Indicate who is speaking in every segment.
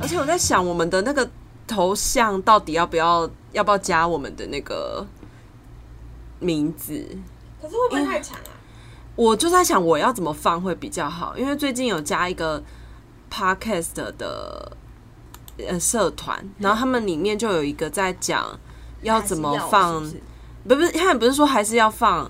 Speaker 1: 而且我在想，我们的那个头像到底要不要要不要加我们的那个名字？
Speaker 2: 可是会不会太长啊？
Speaker 1: 我就在想，我要怎么放会比较好？因为最近有加一个 podcast 的呃社团，然后他们里面就有一个在讲要怎么放
Speaker 2: 还是要是不是
Speaker 1: 不不，他也不是说还是要放，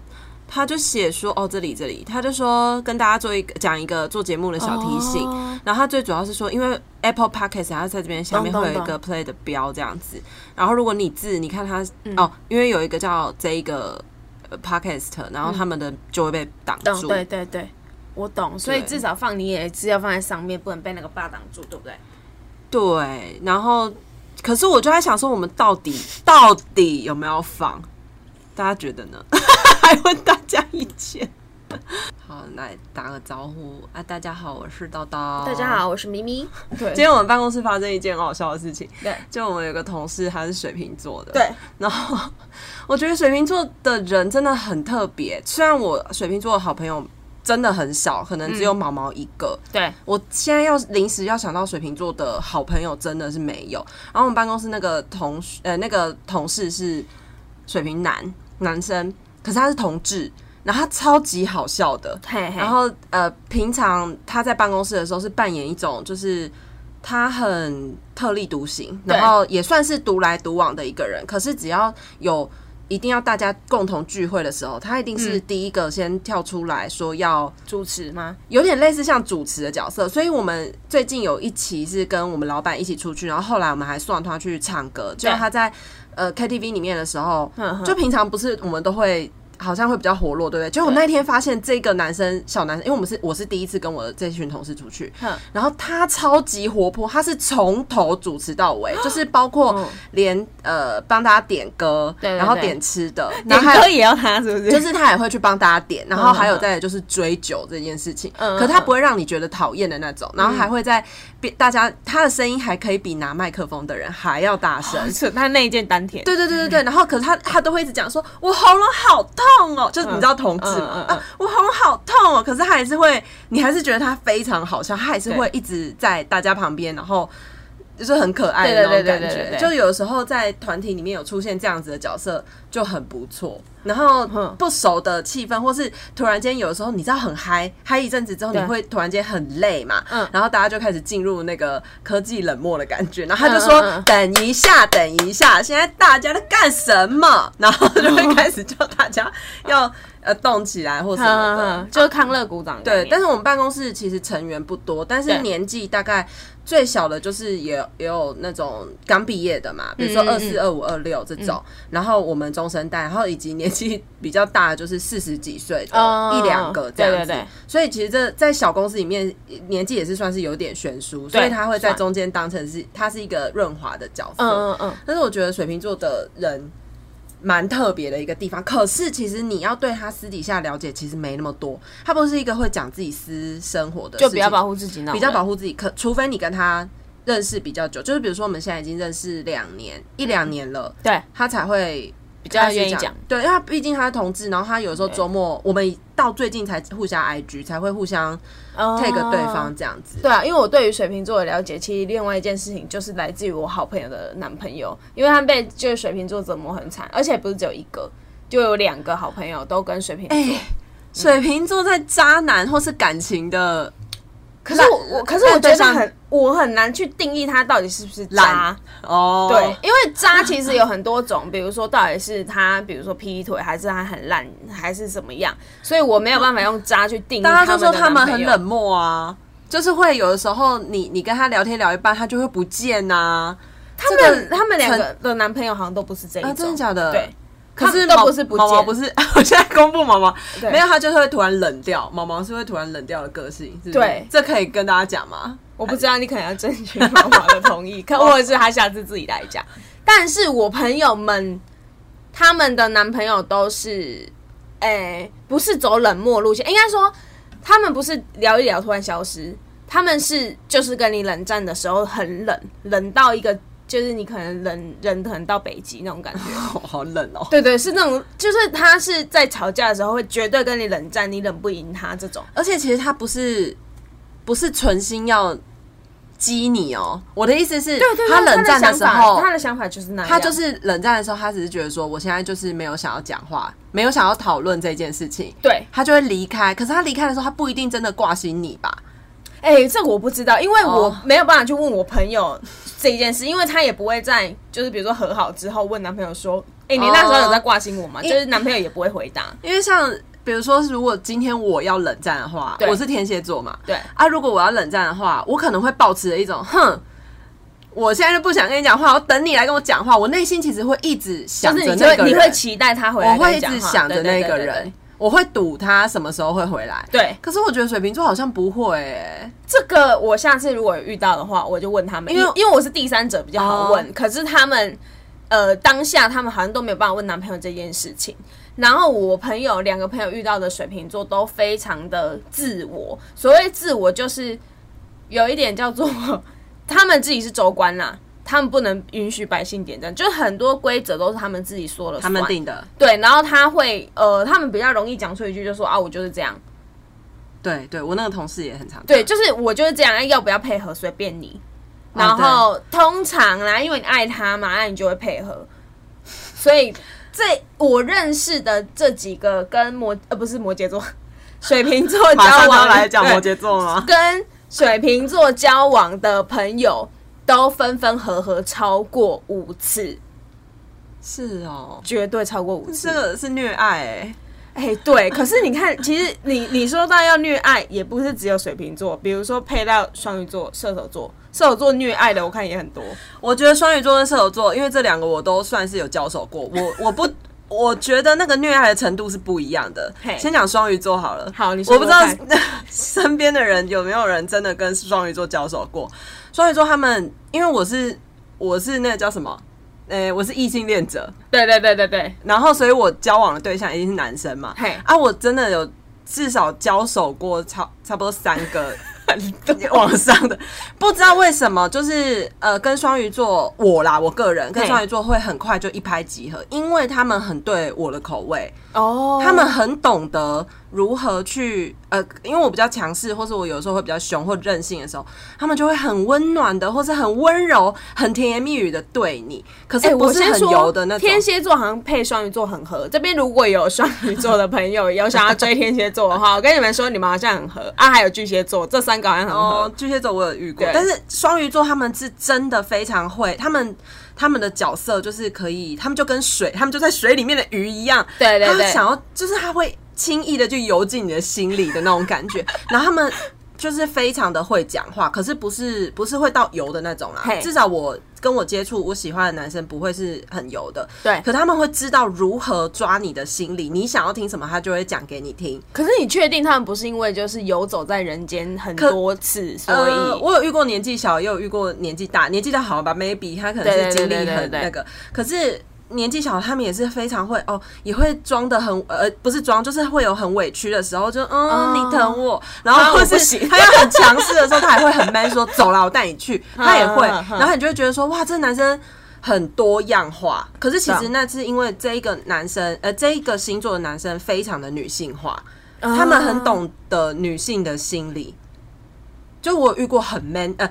Speaker 1: 他就写说哦这里这里，他就说跟大家做一个讲一个做节目的小提醒。
Speaker 3: 哦
Speaker 1: 然后他最主要是说，因为 Apple Podcast 它在这边下面
Speaker 3: 懂
Speaker 1: 会
Speaker 3: 懂
Speaker 1: 有一个 Play 的标这样子。然后如果你字，你看它、
Speaker 3: 嗯
Speaker 1: 哦，因为有一个叫这一个呃 Podcast，然后他们的就会被挡
Speaker 3: 懂，
Speaker 1: 住。
Speaker 3: 嗯哦对对对，我懂，所以
Speaker 1: 对
Speaker 3: 至少放你也是要放在上面，不能被那个霸挡住，对不对？
Speaker 1: 对，然后可是我就在想说，我们到底到底有没有放？大家觉得呢？ 还问大家意见。 好，来打个招呼啊！大家好，我是叨叨。大
Speaker 2: 大家，好，我是咪咪。
Speaker 3: 对
Speaker 1: 今天我们办公室发生一件很好笑的事情，
Speaker 3: 对
Speaker 1: 就我们有个同事他是水瓶座的，
Speaker 3: 对，
Speaker 1: 然后我觉得水瓶座的人真的很特别，虽然我水瓶座的好朋友真的很少，可能只
Speaker 2: 嗯
Speaker 1: 有毛毛一个，
Speaker 3: 对，
Speaker 1: 我现在要临时要想到水瓶座的好朋友真的是没有。然后我们办公室那个同事呃那个同事是水瓶男男生，可是他是同志，然后他超级好笑的。
Speaker 3: 嘿嘿，
Speaker 1: 然后呃，平常他在办公室的时候是扮演一种就是。他很特立独行，
Speaker 3: 对
Speaker 1: 然后也算是独来独往的一个人。可是只要有一定要大家共同聚会的时候，他一定是
Speaker 3: 嗯
Speaker 1: 第一个先跳出来说要
Speaker 3: 主持吗？
Speaker 1: 有点类似像主持的角色，所以我们最近有一期是跟我们老板一起出去，然后后来我们还送他去唱歌，就他在呃 KTV 里面的时候
Speaker 3: 哼，哼
Speaker 1: 就平常不是我们都会。好像会比较活络，对不对？就我
Speaker 3: 嗯对
Speaker 1: 那天发现这个男生小男生，因为我们是我是第一次跟我的这群同事出去
Speaker 3: 哼，
Speaker 1: 然后他超级活泼，他是从头主持到尾，就是包括
Speaker 3: 嗯
Speaker 1: 连呃帮大家点歌，
Speaker 3: 对对
Speaker 1: 然后
Speaker 3: 对
Speaker 1: 点吃的，然
Speaker 3: 点
Speaker 1: 后还有
Speaker 3: 歌也要他是不是？
Speaker 1: 就是他也会去帮大家点，然后
Speaker 3: 嗯
Speaker 1: 还有再来就是追酒这件事情，
Speaker 3: 嗯
Speaker 1: 可他不会让你觉得讨厌的那种，然后还会在别大家他的声音还可以比拿麦克风的人还要大声。
Speaker 3: 扯，他那一件丹田，
Speaker 1: 对对对对
Speaker 3: 嗯
Speaker 1: 对，然后可是他他都会一直讲说，我喉咙好痛哦，就是你知道同志嘛，
Speaker 3: 嗯嗯嗯
Speaker 1: 啊，我喉咙好痛哦，可是他还是会，你还是觉得他非常好笑，他还是会一直在大家旁边，然后就是很可爱的那
Speaker 3: 对
Speaker 1: 种
Speaker 3: 对
Speaker 1: 感
Speaker 3: 对对对对
Speaker 1: 觉。
Speaker 3: 对
Speaker 1: 就有时候在团体里面有出现这样子的角色就很不错，然后
Speaker 3: 嗯
Speaker 1: 不熟的气氛，或是突然间有的时候你知道很嗨，嗨一阵子之后你
Speaker 3: 对
Speaker 1: 会突然间很累嘛，
Speaker 3: 嗯
Speaker 1: 然后大家就开始进入那个科技冷漠的感觉，然后他就
Speaker 3: 嗯嗯
Speaker 1: 说
Speaker 3: 嗯
Speaker 1: 等一下，等一下，现在大家在干什么？然后就会开始叫大家要呃动起来或什么的
Speaker 3: 嗯，。就是康乐鼓掌的概
Speaker 1: 对
Speaker 3: 念。，
Speaker 1: 但是我们办公室其实成员不多，但是
Speaker 3: 对
Speaker 1: 年纪大概最小的就是也也有那种刚毕业的嘛，比如说
Speaker 3: 嗯
Speaker 1: 二
Speaker 3: 嗯
Speaker 1: 四、二五、二六这种，然后我们中生代，然后以及年纪比较大的就是四十几岁的
Speaker 3: 嗯
Speaker 1: 一两个这样子。
Speaker 3: 对对对
Speaker 1: 所以其实这在小公司里面年纪也是算是有点悬殊，
Speaker 3: 对
Speaker 1: 所以他会在
Speaker 3: 算
Speaker 1: 中间当成是它是一个润滑的角色。
Speaker 3: 嗯嗯嗯，
Speaker 1: 但是我觉得水瓶座的人蛮特别的一个地方。可是其实你要对他私底下了解，其实没那么多。他不是一个会讲自己私生活的事情，
Speaker 3: 就比较保护自己那种人，
Speaker 1: 比较保护自己。可除非你跟他认识比较久，就是比如说我们现在已经认识两年，一两年了，
Speaker 3: 嗯对，
Speaker 1: 他才会。比
Speaker 3: 较愿意
Speaker 1: 讲
Speaker 3: 讲，
Speaker 1: 对，因为他毕竟他是同志，然后他有时候周末我们到最近才互相 IG，才会互相 take
Speaker 3: 哦
Speaker 1: 对方这样子。
Speaker 3: 对啊，因为我对于水瓶座的了解，其实另外一件事情就是来自于我好朋友的男朋友，因为他被就是水瓶座折磨很惨，而且不是只有一个，就有两个好朋友都跟水瓶座。
Speaker 1: 哎、水瓶座在渣男或是感情的
Speaker 3: 可是我我可是我觉
Speaker 1: 对
Speaker 3: 得
Speaker 1: 象
Speaker 3: 很我很难去定义他到底是不是渣
Speaker 1: 懒。哦，
Speaker 3: 对，因为渣其实有很多种，比如说到底是他，比如说劈腿，还是他很烂，还是怎么样，所以我没有办法用渣去定义
Speaker 1: 大
Speaker 3: 他
Speaker 1: 家
Speaker 3: 们
Speaker 1: 都
Speaker 3: 的
Speaker 1: 说他们
Speaker 3: 男朋
Speaker 1: 很
Speaker 3: 友
Speaker 1: 冷漠啊，就是会有的时候你你跟他聊天聊一半，他就会不见啊呐、
Speaker 3: 他
Speaker 1: 这个
Speaker 3: 们他们两
Speaker 1: 存
Speaker 3: 个的男朋友好像都不是这一种，
Speaker 1: 啊真的假的
Speaker 3: 对，
Speaker 1: 可是
Speaker 3: 他们都
Speaker 1: 毛
Speaker 3: 不是不
Speaker 1: 毛毛
Speaker 3: 见
Speaker 1: 不是， 我现在公布毛毛，
Speaker 3: 对
Speaker 1: 没有他就是会突然冷掉，毛毛是会突然冷掉的个性，是不是
Speaker 3: 对
Speaker 1: 这可以跟大家讲 吗？
Speaker 3: 我不知道，你可能要征询妈妈的同 意，可或者是他下次自己来讲。但是我朋友们，他们的男朋友都是，哎、不是走冷漠路线，应该说他们不是聊一聊突然消失，他们是就是跟你冷战的时候很冷，冷到一个就是你可能人人可能到北极那种感觉。
Speaker 1: 好好冷哦。
Speaker 3: 对对，是那种，就是他是在吵架的时候会绝对跟你冷战，你冷不赢他这种。
Speaker 1: 而且其实他不是不是存心要激你哦，我的意思是，
Speaker 3: 对对
Speaker 1: 他冷战的时候，
Speaker 3: 他的想法就是那样，
Speaker 1: 他就是冷战的时候，他只是觉得说，我现在就是没有想要讲话，没有想要讨论这件事情，
Speaker 3: 对。
Speaker 1: 他就会离开。可是他离开的时候，他不一定真的挂心你吧？
Speaker 3: 哎、这我不知道，因为我
Speaker 1: 哦
Speaker 3: 没有办法去问我朋友这一件事，因为他也不会在就是比如说和好之后问男朋友说，哎、你那时候
Speaker 1: 哦
Speaker 3: 有在挂心我吗？就是男朋友也不会回答。
Speaker 1: 因为像比如说，如果今天我要冷战的话，
Speaker 3: 对
Speaker 1: 我是天蝎座嘛，
Speaker 3: 对
Speaker 1: 啊，如果我要冷战的话，我可能会保持着一种哼。我现在就不想跟你讲话，我等你来跟我讲话。我内心其实会一直想
Speaker 3: 就是
Speaker 1: 着
Speaker 3: 你就
Speaker 1: 那
Speaker 3: 会
Speaker 1: 个人，
Speaker 3: 你会期待他回来
Speaker 1: 我
Speaker 3: 跟
Speaker 1: 会
Speaker 3: 你
Speaker 1: 一
Speaker 3: 讲话，
Speaker 1: 直想着那个
Speaker 3: 对。对对对
Speaker 1: 人
Speaker 3: 对，
Speaker 1: 我会赌他什么时候会回来。
Speaker 3: 对
Speaker 1: 可是我觉得水瓶座好像不会、欸，
Speaker 3: 这个，我下次如果有遇到的话，我就问他们，
Speaker 1: 因
Speaker 3: 因
Speaker 1: 为
Speaker 3: 为因为我是第三者比较好问。
Speaker 1: 哦
Speaker 3: 可是他们，呃，当下他们好像都没有办法问男朋友这件事情。然后我朋友两个朋友遇到的水瓶座都非常的自我，所谓自我就是有一点叫做他们自己是州官啦，他们不能允许百姓点赞，就是很多规则都是他们自己说了
Speaker 1: 他
Speaker 3: 算，
Speaker 1: 们定的。
Speaker 3: 对。然后他会呃，他们比较容易讲出一句就说啊，我就是这样，
Speaker 1: 对对，我那个同事也很常这
Speaker 3: 对，
Speaker 1: 样
Speaker 3: 就是我就是这样，哎要不要配合随便你。然
Speaker 1: 哦对
Speaker 3: 后、通常啦，因为你爱他嘛，那你就会配合。所以这我认识的这几个跟摩呃不是摩羯座， 水瓶座交
Speaker 1: 马上就
Speaker 3: 往
Speaker 1: 要来讲
Speaker 3: 对
Speaker 1: 摩羯座吗？
Speaker 3: 跟水瓶座交往的朋友都分分合合超过五次，
Speaker 1: 是哦，
Speaker 3: 绝对超过五 次。
Speaker 1: 这个是虐爱、欸，
Speaker 3: 哎、对，可是你看，其实你你说到要虐爱，也不是只有水瓶座，比如说配到双鱼座、射手座，射手座虐爱的我看也很多。
Speaker 1: 我觉得双鱼座跟射手座，因为这两个我都算是有交手过，我我不。 我觉得那个虐爱的程度是不一样的
Speaker 3: 嘿。
Speaker 1: 先讲双鱼座好了。
Speaker 3: 好你说
Speaker 1: 我不知道
Speaker 3: 说
Speaker 1: 身边的人有没有人真的跟双鱼座交手过。双鱼座他们，因为我是我是那个叫什么？呃、我是异性恋者，
Speaker 3: 对对对对对，
Speaker 1: 然后所以我交往的对象一定是男生嘛。
Speaker 3: 嘿
Speaker 1: 啊，我真的有至少交手过差差不多三 个网上的，不知道为什么，就是呃，跟双鱼座我啦，我个人跟
Speaker 3: 嘿
Speaker 1: 双鱼座会很快就一拍即合，因为他们很对我的口味，
Speaker 3: 哦
Speaker 1: 他们很懂得如何去呃，因为我比较强势，或是我有时候会比较凶或任性的时候，他们就会很温暖的，或是很温柔、很甜言蜜语的对你，可
Speaker 3: 哎、
Speaker 1: 是不
Speaker 3: 我
Speaker 1: 是
Speaker 3: 先
Speaker 1: 很
Speaker 3: 说
Speaker 1: 油的那种。
Speaker 3: 天蝎座好像配双鱼座很合。这边如果有双鱼座的朋友有想要追天蝎座的话，我跟你们说，你们好像很合啊。还有巨蟹座，这三个好像很合。
Speaker 1: 哦，巨蟹座我有遇过，
Speaker 3: 对
Speaker 1: 但是双鱼座他们是真的非常会，他们他们的角色就是可以，他们就跟水，他们就在水里面的鱼一样，
Speaker 3: 对对
Speaker 1: 他
Speaker 3: 对
Speaker 1: 想要就是他会轻易的就游进你的心里的那种感 觉，然后他们就是非常的会讲话，可是不是不是会到油的那种啦
Speaker 3: 嘿，
Speaker 1: 至少我跟我接触我喜欢的男生不会是很油的，
Speaker 3: 对，
Speaker 1: 可他们会知道如何抓你的心理，你想要听什么他就会讲给你听，
Speaker 3: 可是你确定他们不是因为就是游走在人间很
Speaker 1: 可
Speaker 3: 多次，所以、
Speaker 1: 呃，我有遇过年纪小，也有遇过年纪大。年纪大好吧，maybe 他可能
Speaker 3: 对
Speaker 1: 是
Speaker 3: 对
Speaker 1: 经历
Speaker 3: 对对
Speaker 1: 很
Speaker 3: 对
Speaker 1: 那个，可是年纪小他们也是非常会哦，也会装的很呃，不是装，就是会有很委屈的时候，就嗯
Speaker 3: 哦
Speaker 1: 你疼我，然后或
Speaker 3: 我不
Speaker 1: 是
Speaker 3: 行
Speaker 1: 他 要很强势的时候，他还会很 man 说走啦，我带你去，他也会，
Speaker 3: 嗯嗯嗯嗯
Speaker 1: 然后你就会觉得说哇，这男生。很多样化，可是其实
Speaker 3: 对
Speaker 1: 那是因为这一个男生，呃，这一个星座的男生非常的女性化，
Speaker 3: 啊
Speaker 1: 他们很懂得女性的心理。就我遇过很 man，呃，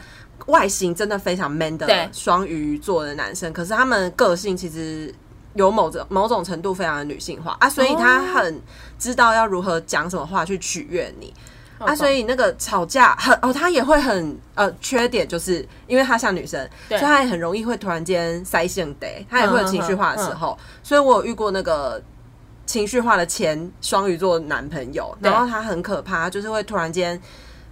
Speaker 1: 外形真的非常 man 的
Speaker 3: 对
Speaker 1: 双鱼座的男生，可是他们个性其实有某种某种程度非常的女性化啊，所以他很知道要如何讲什么话去取悦你。啊，
Speaker 3: 哦懂
Speaker 1: 所以那个吵架很哦，他也会很呃，缺点就是因为他像女生，所
Speaker 3: 对
Speaker 1: 以他也很容易会突然间塞性得，他也会有情绪化的时
Speaker 3: 嗯
Speaker 1: 候，所以我有遇过那个情绪化的前双鱼座男朋友，
Speaker 3: 对
Speaker 1: 然后他很可怕，就是会突然间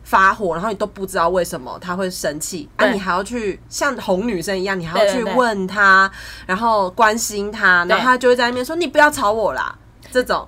Speaker 1: 发火，然后你都不知道为什么他会生气，啊，
Speaker 3: 对
Speaker 1: 你还要去像哄女生一样，你还要
Speaker 3: 对
Speaker 1: 去
Speaker 3: 对对
Speaker 1: 问他，然后关心他，然后
Speaker 3: 对
Speaker 1: 他就会在那边说你不要吵我啦，这种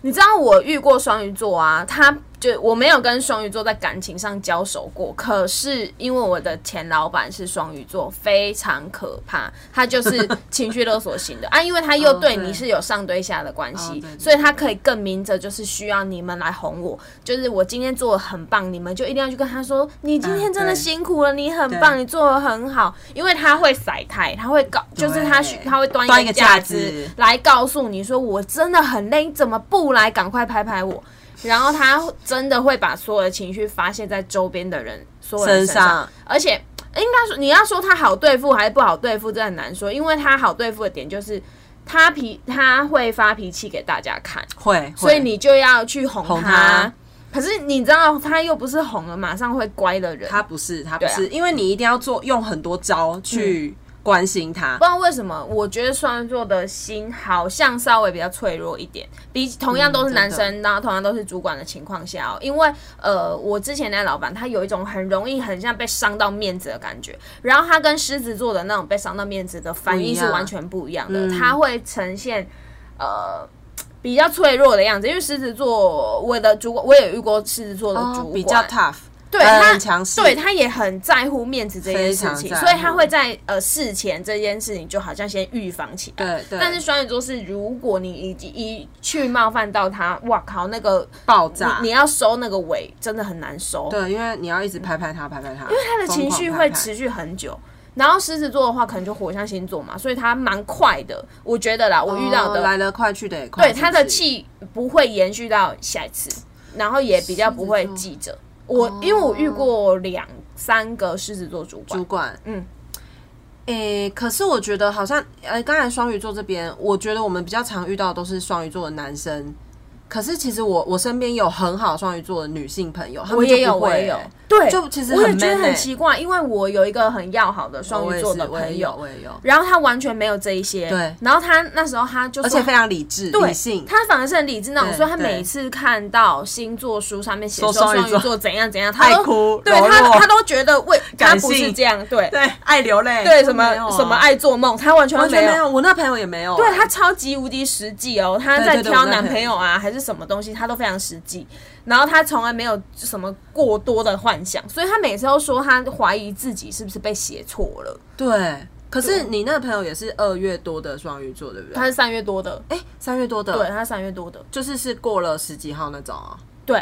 Speaker 3: 你知道我遇过双鱼座啊，他就我没有跟双鱼座在感情上交手过，可是因为我的前老板是双鱼座，非常可怕，他就是情绪勒索型的 啊，因为他又
Speaker 1: 哦
Speaker 3: 对
Speaker 1: 对
Speaker 3: 你是有上对下的关
Speaker 1: 哦
Speaker 3: 系
Speaker 1: 对，对
Speaker 3: 所以他可以更明着就是需要你们来哄我，就是我今天做的很棒，你们就一定要去跟他说，你今天
Speaker 1: 嗯
Speaker 3: 真的
Speaker 1: 对
Speaker 3: 辛苦了，你很棒，
Speaker 1: 对
Speaker 3: 你做的很好，因为他会甩态，他会搞，就是他需他会端
Speaker 1: 端
Speaker 3: 一
Speaker 1: 一
Speaker 3: 个
Speaker 1: 个
Speaker 3: 架
Speaker 1: 架
Speaker 3: 子
Speaker 1: 子
Speaker 3: 来告诉你说我真的很累，你怎么不来？赶快拍拍我。然后他真的会把所有的情绪发泄在周边的人所有人身
Speaker 1: 身上
Speaker 3: 而且应该说你要说他好对付还是不好对付，这很难说，因为他好对付的点就是他脾他会发脾气给大家看，
Speaker 1: 会，
Speaker 3: 所以
Speaker 1: 会
Speaker 3: 你就要去哄
Speaker 1: 哄他
Speaker 3: 可是你知道他又不是哄了马上会乖的人，
Speaker 1: 他不是，他不
Speaker 3: 对啊嗯
Speaker 1: 是，因为你一定要做用很多招去关心他
Speaker 3: 不。知道为什么，我觉得双鱼座的心好像稍微比较脆弱一点，比起同样都是
Speaker 1: 嗯
Speaker 3: 男生，然后同样都是主管的情况下、哦，因为呃，我之前那老板他有一种很容易很像被伤到面子的感觉，然后他跟狮子座的那种被伤到面子的反应
Speaker 1: 不一
Speaker 3: 是
Speaker 1: 样
Speaker 3: 完全不一样的，
Speaker 1: 嗯
Speaker 3: 他会呈现呃。比较脆弱的样子，因为狮子座，我的主管我也遇过狮子座的主管，
Speaker 1: 哦比较 tough，呃
Speaker 3: 对他
Speaker 1: 很强势
Speaker 3: 对他也很在乎面子这件事
Speaker 1: 非常
Speaker 3: 情，
Speaker 1: 在乎
Speaker 3: 所以他会在呃事前这件事情就好像先预防起来。
Speaker 1: 对对
Speaker 3: 但是双鱼座是，如果你已经一去冒犯到他，哇靠，那个
Speaker 1: 爆
Speaker 3: 你
Speaker 1: 炸
Speaker 3: 你。要收那个尾真的很难收。
Speaker 1: 对，因为你要一直拍拍他，拍拍他，因为
Speaker 3: 他的情绪会持续很久。然后狮子座的话，可能就火象星座嘛，所以他蛮快的，我觉得啦，我遇到的，
Speaker 1: 哦来得快去得也快，
Speaker 3: 对
Speaker 1: 是不
Speaker 3: 他的
Speaker 1: 是
Speaker 3: 气不会延续到下一次，然后也比较不会
Speaker 1: 狮子座
Speaker 3: 记着。我
Speaker 1: 哦
Speaker 3: 因为我遇过两三个狮子座主管
Speaker 1: 主，管，
Speaker 3: 嗯，
Speaker 1: 诶、可是我觉得好像，呃，刚才双鱼座这边，我觉得我们比较常遇到都是双鱼座的男生。可是其实我我身边有很好双鱼座的女性朋友，他们
Speaker 3: 我
Speaker 1: 就
Speaker 3: 也有，
Speaker 1: 不会
Speaker 3: 我也有
Speaker 1: 欸，
Speaker 3: 对，
Speaker 1: 就其实
Speaker 3: 我也
Speaker 1: 很
Speaker 3: 觉得
Speaker 1: man 欸
Speaker 3: 很奇怪，因为我有一个很要好的双
Speaker 1: 我
Speaker 3: 鱼
Speaker 1: 也
Speaker 3: 座
Speaker 1: 是
Speaker 3: 的
Speaker 1: 我也
Speaker 3: 朋
Speaker 1: 有，
Speaker 3: 友，
Speaker 1: 我也有，
Speaker 3: 然后他完全没有这一些，
Speaker 1: 对
Speaker 3: 然后他那时候他就
Speaker 1: 而
Speaker 3: 说
Speaker 1: 且非常理智
Speaker 3: 对
Speaker 1: 理性，
Speaker 3: 他反而是很理智那种，
Speaker 1: 对
Speaker 3: 所以他
Speaker 1: 对
Speaker 3: 每次看到星座书上面写说
Speaker 1: 说双
Speaker 3: 双
Speaker 1: 鱼
Speaker 3: 鱼
Speaker 1: 座
Speaker 3: 座怎样怎样，他
Speaker 1: 爱
Speaker 3: 都
Speaker 1: 哭，
Speaker 3: 对
Speaker 1: 柔弱
Speaker 3: 他他都觉得为他
Speaker 1: 感
Speaker 3: 不是
Speaker 1: 性
Speaker 3: 这样，对
Speaker 1: 对爱流泪，
Speaker 3: 对，
Speaker 1: 都
Speaker 3: 什么
Speaker 1: 没有啊
Speaker 3: 什么爱做梦，他完全都
Speaker 1: 完
Speaker 3: 没
Speaker 1: 全
Speaker 3: 有
Speaker 1: 没。有，我那朋友也没有，啊
Speaker 3: 对他超级无敌实际哦，他在
Speaker 1: 对对对
Speaker 3: 挑
Speaker 1: 我那
Speaker 3: 男
Speaker 1: 朋
Speaker 3: 朋友啊还是什么东西，他都非常实际。然后他从来没有什么过多的幻想，所以他每次都说他怀疑自己是不是被写错了。
Speaker 1: 对。可是你那个朋友也是二月多的双鱼座，对不对？
Speaker 3: 他是三月多的，
Speaker 1: 哎，三月多的，
Speaker 3: 对，，他是三月多的，
Speaker 1: 就是是过了十几号那种啊。
Speaker 3: 对，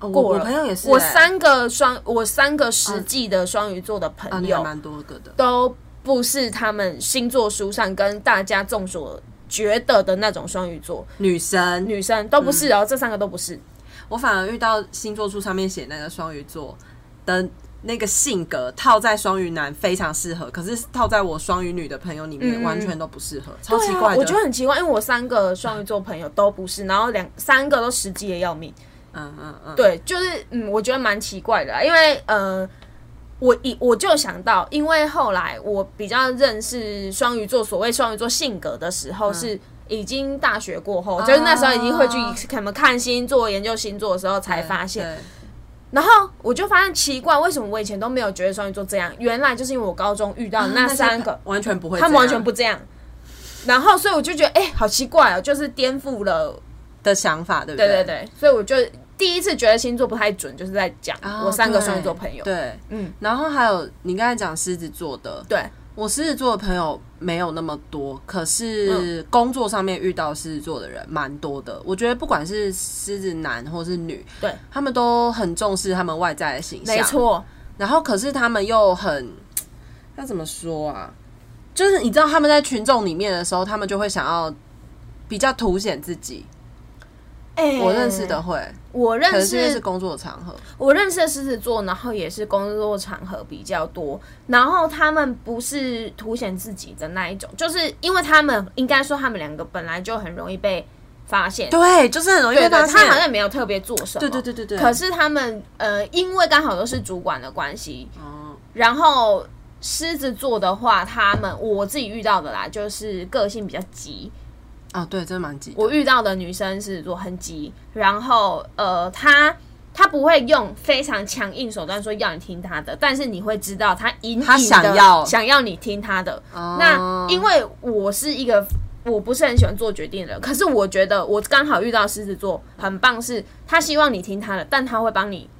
Speaker 1: 哦我
Speaker 3: 过了。
Speaker 1: 我朋友也是欸，
Speaker 3: 我三个双，我三个实际的双鱼座的
Speaker 1: 啊，
Speaker 3: 朋
Speaker 1: 你还
Speaker 3: 友、
Speaker 1: 蛮多个的。
Speaker 3: 都不是他们星座书上跟大家众所觉得的那种双鱼座
Speaker 1: 女神，
Speaker 3: 女生，都不是
Speaker 1: 嗯
Speaker 3: 哦，这三个都不是。
Speaker 1: 我反而遇到星座书上面写那个双鱼座的那个性格，套在双鱼男非常适合，可是套在我双鱼女的朋友里面
Speaker 3: 嗯
Speaker 1: 完全都不适合，超
Speaker 3: 对
Speaker 1: 奇怪
Speaker 3: 啊。
Speaker 1: 的。
Speaker 3: 我觉得很奇怪，因为我三个双鱼座朋友都不是，然后两三个都实际的要命。
Speaker 1: 嗯嗯嗯，
Speaker 3: 对，就是嗯，我觉得蛮奇怪的啦，因为呃，我以我就想到，因为后来我比较认识双鱼座，所谓双鱼座性格的时
Speaker 1: 嗯
Speaker 3: 候是。已经大学过后，就是那时候已经会去
Speaker 1: 哦
Speaker 3: 可能看星座、研究星座的时候才发现，
Speaker 1: 对
Speaker 3: 然后我就发现奇怪，为什么我以前都没有觉得双鱼座这样？原来就是因为我高中遇到那
Speaker 1: 啊些
Speaker 3: 三个，
Speaker 1: 完全不会这
Speaker 3: 他
Speaker 1: 样，
Speaker 3: 们完全不这样。然后，所以我就觉得，哎、好奇怪哦，就是颠覆了，
Speaker 1: 的想法，对不
Speaker 3: 对
Speaker 1: 对
Speaker 3: 对对，所以我就第一次觉得星座不太准，就是在讲
Speaker 1: 啊
Speaker 3: 我三个
Speaker 1: 对
Speaker 3: 双鱼座朋友，
Speaker 1: 对，
Speaker 3: 嗯
Speaker 1: 嗯，然后还有你刚才讲狮子座的，
Speaker 3: 对，
Speaker 1: 我狮子座的朋友没有那么多，可是
Speaker 3: 嗯
Speaker 1: 工作上面遇到狮子座的人蛮多的。我觉得不管是狮子男或是女，
Speaker 3: 对
Speaker 1: 他们都很重视他们外在的形象，
Speaker 3: 没。错，
Speaker 1: 然后可是他们又很，那怎么说啊？就是你知道他们在群众里面的时候，他们就会想要比较凸显自己。
Speaker 3: 哎
Speaker 1: 我认识的，会，
Speaker 3: 我
Speaker 1: 可
Speaker 3: 认
Speaker 1: 能是因为是
Speaker 3: 识
Speaker 1: 工作场合，
Speaker 3: 我认识的狮子座，然后也是工作场合比较多，然后他们不是凸显自己的那一种，就是因为他们应该说他们两个本来就很容易被发现，
Speaker 1: 对，就是很容易
Speaker 3: 对
Speaker 1: 被发
Speaker 3: 对，他好像
Speaker 1: 现。
Speaker 3: 也没有特别做什么，
Speaker 1: 对对对对对。
Speaker 3: 可是他们呃，因为刚好都是主管的关系，
Speaker 1: 哦，
Speaker 3: 然后狮子座的话，他们我自己遇到的啦，就是个性比较急。
Speaker 1: 哦，对，真的蛮急的。
Speaker 3: 我遇到的女生狮子座很急，然后呃，她她不会用非常强硬手段说要你听她的，但是你会知道她隐隐的
Speaker 1: 她想要
Speaker 3: 想要你听她的。
Speaker 1: 哦
Speaker 3: 那因为我是一个我不是很喜欢做决定的人，可是我觉得我刚好遇到狮子座很棒是，他希望你听他的，但他会帮你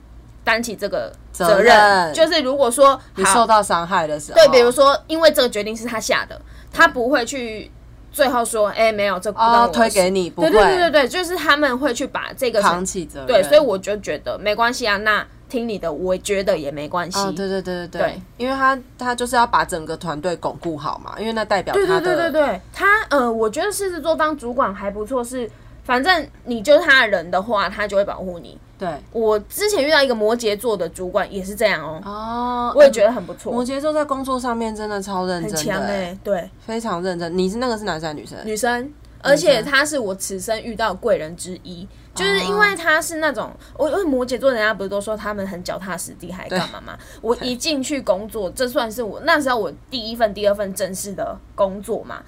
Speaker 3: 担起这个责
Speaker 1: 责
Speaker 3: 任。
Speaker 1: 任
Speaker 3: 就是如果说
Speaker 1: 你
Speaker 3: 好
Speaker 1: 受到伤害的时候，
Speaker 3: 对，比如说，因为这个决定是他下的，他不会去最后说，哎、没有，这不关我
Speaker 1: 哦
Speaker 3: 的
Speaker 1: 推
Speaker 3: 事
Speaker 1: 给你，不
Speaker 3: 对
Speaker 1: 会
Speaker 3: 对对对对，就是他们会去把这个
Speaker 1: 扛起责任，
Speaker 3: 对，所以我就觉得没关系啊，那听你的，我觉得也没关系。
Speaker 1: 哦，对对对对对，
Speaker 3: 对
Speaker 1: 因为他他就是要把整个团队巩固好嘛，因为那代表
Speaker 3: 对
Speaker 1: 他
Speaker 3: 对
Speaker 1: 的
Speaker 3: 对对对，他呃，我觉得狮子座当主管还不错，是反正你就是他的人的话，他就会保护你。
Speaker 1: 对
Speaker 3: 我之前遇到一个摩羯座的主管也是这样哦，
Speaker 1: 哦，
Speaker 3: 我也觉得很不
Speaker 1: 嗯摩
Speaker 3: 错，
Speaker 1: 羯座在工作上面真的超认
Speaker 3: 很
Speaker 1: 真
Speaker 3: 强
Speaker 1: 的、
Speaker 3: 哎、
Speaker 1: 欸，
Speaker 3: 对，
Speaker 1: 非常认真。你是那个是男生还是女生？
Speaker 3: 女生，而且她是我此生遇到的贵人之一，就是因为她是那种，我因为摩羯座人家不是都说他们很脚踏实地，还干嘛嘛？我一进去工作，这算是我那时候我第一份、第二份正式的工作嘛，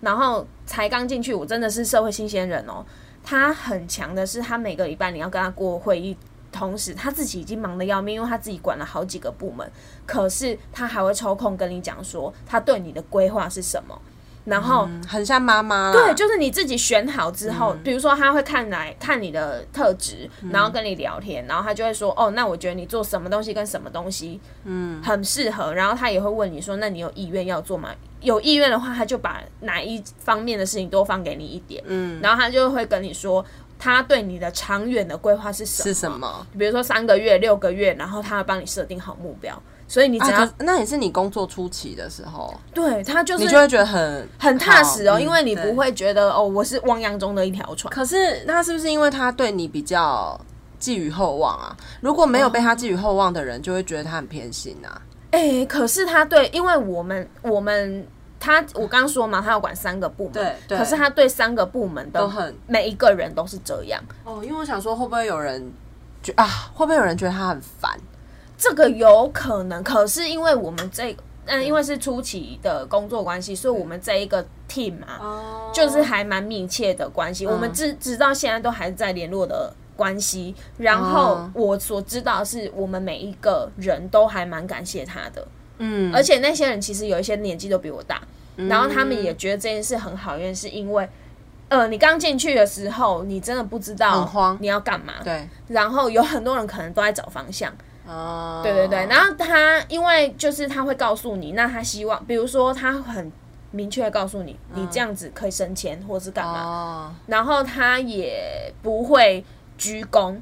Speaker 3: 然后才刚进去，我真的是社会新鲜人哦。她很强的是，她每个礼拜你要跟她过会议。同时，她自己已经忙得要命，因为她自己管了好几个部门。可是她还会抽空跟你讲说，她对你的规划是什么，然后
Speaker 1: 嗯很像妈妈啦，
Speaker 3: 对，就是你自己选好之后，
Speaker 1: 嗯
Speaker 3: 比如说他会看来看你的特质，然后跟你聊天，然后他就会说，哦，那我觉得你做什么东西跟什么东西，嗯，很适合。然后他也会问你说，那你有意愿要做吗？有意愿的话，他就把哪一方面的事情多放给你一点，嗯，然后他就会跟你说，他对你的长远的规划是啊什么？
Speaker 1: 是什？么？
Speaker 3: 比如说三个月、六个月，然后他会帮你设定好目标。所以你只要、
Speaker 1: 啊，可那也是你工作初期的时候，
Speaker 3: 对他就是
Speaker 1: 你就会觉得很
Speaker 3: 很踏实哦，
Speaker 1: 好嗯
Speaker 3: 因为你
Speaker 1: 对
Speaker 3: 不会觉得哦，我是汪洋中的一条船。
Speaker 1: 可是那是不是因为他对你比较寄予厚望啊？如果没有被他寄予厚望的人，就会觉得他很偏心啊。
Speaker 3: 哎、可是他对，因为我们我们他我刚说嘛，他要管三个部门，
Speaker 1: 对对
Speaker 3: 可是他对三个部门的
Speaker 1: 都很
Speaker 3: 每一个人都是这样，
Speaker 1: 嗯哦，因为我想说，会不会有人觉啊？会不会有人觉得他很烦？
Speaker 3: 这个有可能。可是因为我们这，嗯，因为是初期的工作关系，所以我们这一个 team 啊，
Speaker 1: 哦，嗯
Speaker 3: 就是还蛮密切的关系，我们直直到现在都还在联络的。关系，然后
Speaker 1: 哦
Speaker 3: 我所知道的是我们每一个人都还蛮感谢他的，
Speaker 1: 嗯，
Speaker 3: 而且那些人其实有一些年纪都比我大，然后他
Speaker 1: 嗯
Speaker 3: 们也觉得这件事很好，因为是因为，呃，你刚进去的时候，你真的不知
Speaker 1: 很
Speaker 3: 道
Speaker 1: 慌
Speaker 3: 你要干嘛，
Speaker 1: 对，
Speaker 3: 然后有很多人可能都在找方向，
Speaker 1: 哦，
Speaker 3: 对对对，然后他因为就是他会告诉你，那他希望，比如说他很明确的告诉你，你这样子可以升迁或是干嘛，
Speaker 1: 嗯哦，
Speaker 3: 然后他也不会鞠躬，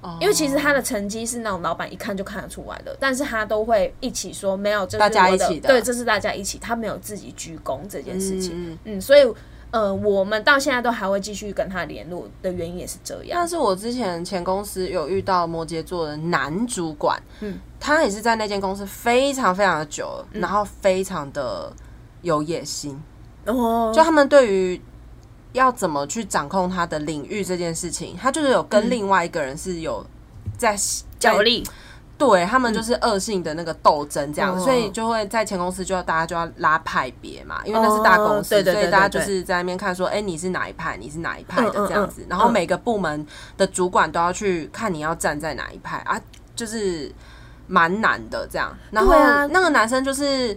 Speaker 1: 哦
Speaker 3: 因为其实他的成绩是那种老板一看就看得出来的，但是他都会一起说没有，这是
Speaker 1: 大家
Speaker 3: 我
Speaker 1: 一起的
Speaker 3: 对，这是大家一起，他没有自己鞠躬这件事情。
Speaker 1: 嗯嗯
Speaker 3: 嗯所以呃，我们到现在都还会继续跟他联络的原因也是这样
Speaker 1: 但。是我之前前公司有遇到摩羯座的男主管，嗯
Speaker 3: 嗯，
Speaker 1: 他也是在那间公司非常非常的久了，然后非常的有野心，
Speaker 3: 哦，
Speaker 1: 就他们对于要怎么去掌控他的领域这件事情，他就是有跟另外一个人是有在
Speaker 3: 角，
Speaker 1: 在
Speaker 3: 力，
Speaker 1: 对他们就是恶性的那个斗争这样，
Speaker 3: 嗯哦
Speaker 1: 所以就会在前公司就要大家就要拉派别嘛，因为那是大公司，
Speaker 3: 哦对对
Speaker 1: 所
Speaker 3: 对
Speaker 1: 以大家
Speaker 3: 对
Speaker 1: 就
Speaker 3: 对
Speaker 1: 是在那边看说，哎、你是哪一派，你是哪一派的
Speaker 3: 嗯嗯
Speaker 1: 这样子，
Speaker 3: 嗯
Speaker 1: 然后
Speaker 3: 嗯
Speaker 1: 每个部门的主管都要去看你要站在哪一派啊，就是蛮难的这样。然后
Speaker 3: 对啊
Speaker 1: 那个男生就是。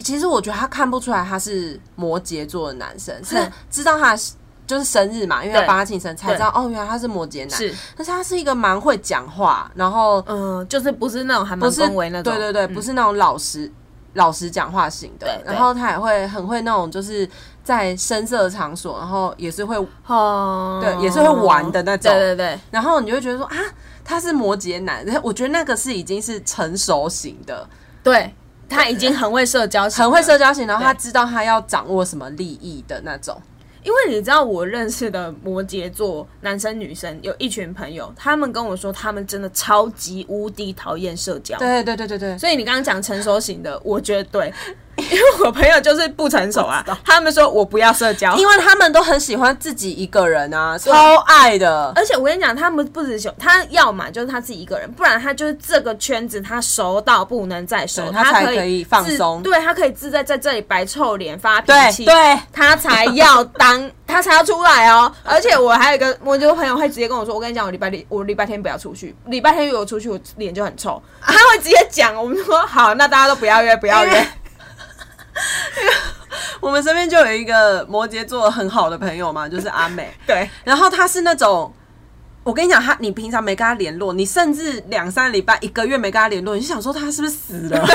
Speaker 1: 其实我觉得他看不出来他是摩羯座的男生，是知道他就是生日嘛，因为要
Speaker 3: 对
Speaker 1: 帮他庆生才知道哦，原来他是摩羯男。
Speaker 3: 是
Speaker 1: 但是他是一个蛮会讲话，然后
Speaker 3: 嗯、就是不是那种还蛮
Speaker 1: 不是
Speaker 3: 恭维那种，嗯
Speaker 1: 对对对，不是那种老实、老实讲话型的
Speaker 3: 对。对
Speaker 1: 然后他也会很会那种，就是在深色场所，然后也是会，
Speaker 3: 哦，
Speaker 1: 对也是会玩的那种
Speaker 3: 对对对，
Speaker 1: 然后你就会觉得说啊，他是摩羯男， 我觉得那个是已经是成熟型的，
Speaker 3: 对他已经很会社交型了，
Speaker 1: 很会社交型，然后
Speaker 3: 对
Speaker 1: 他知道他要掌握什么利益的那种。
Speaker 3: 因为你知道，我认识的摩羯座男生女生有一群朋友，他们跟我说，他们真的超级无敌讨厌社交。
Speaker 1: 对对对对对，
Speaker 3: 所以你刚刚讲成熟型的，我觉得对，因为我朋友就是不成熟啊，他们说我不要社交。
Speaker 1: 因为他们都很喜欢自己一个人啊，超爱的。
Speaker 3: 而且我跟你讲，他们不只喜欢他要嘛就是他自己一个人，不然他就是这个圈子他熟到不能再熟，
Speaker 1: 对他才
Speaker 3: 可
Speaker 1: 可以
Speaker 3: 自
Speaker 1: 放松
Speaker 3: 对他可以自在在这里白臭脸发脾
Speaker 1: 对
Speaker 3: 气，
Speaker 1: 对，
Speaker 3: 他才要当，他才要出来哦。而且我还有一个摩羯座朋友会直接跟我说：“我跟你讲，我礼拜天我礼拜天不要出去，礼拜天约我出去，我脸就很 臭。”他 会直接讲，我们说好，那大家都不要约，不要约
Speaker 1: 因为。我们身边就有一个摩羯座很好的朋友嘛，就是阿美。
Speaker 3: 对，
Speaker 1: 然后他是那种，我跟你讲，他你平常没跟他联络，你甚至两三礼拜、一个月没跟他联络，你就想说他是不是死 了？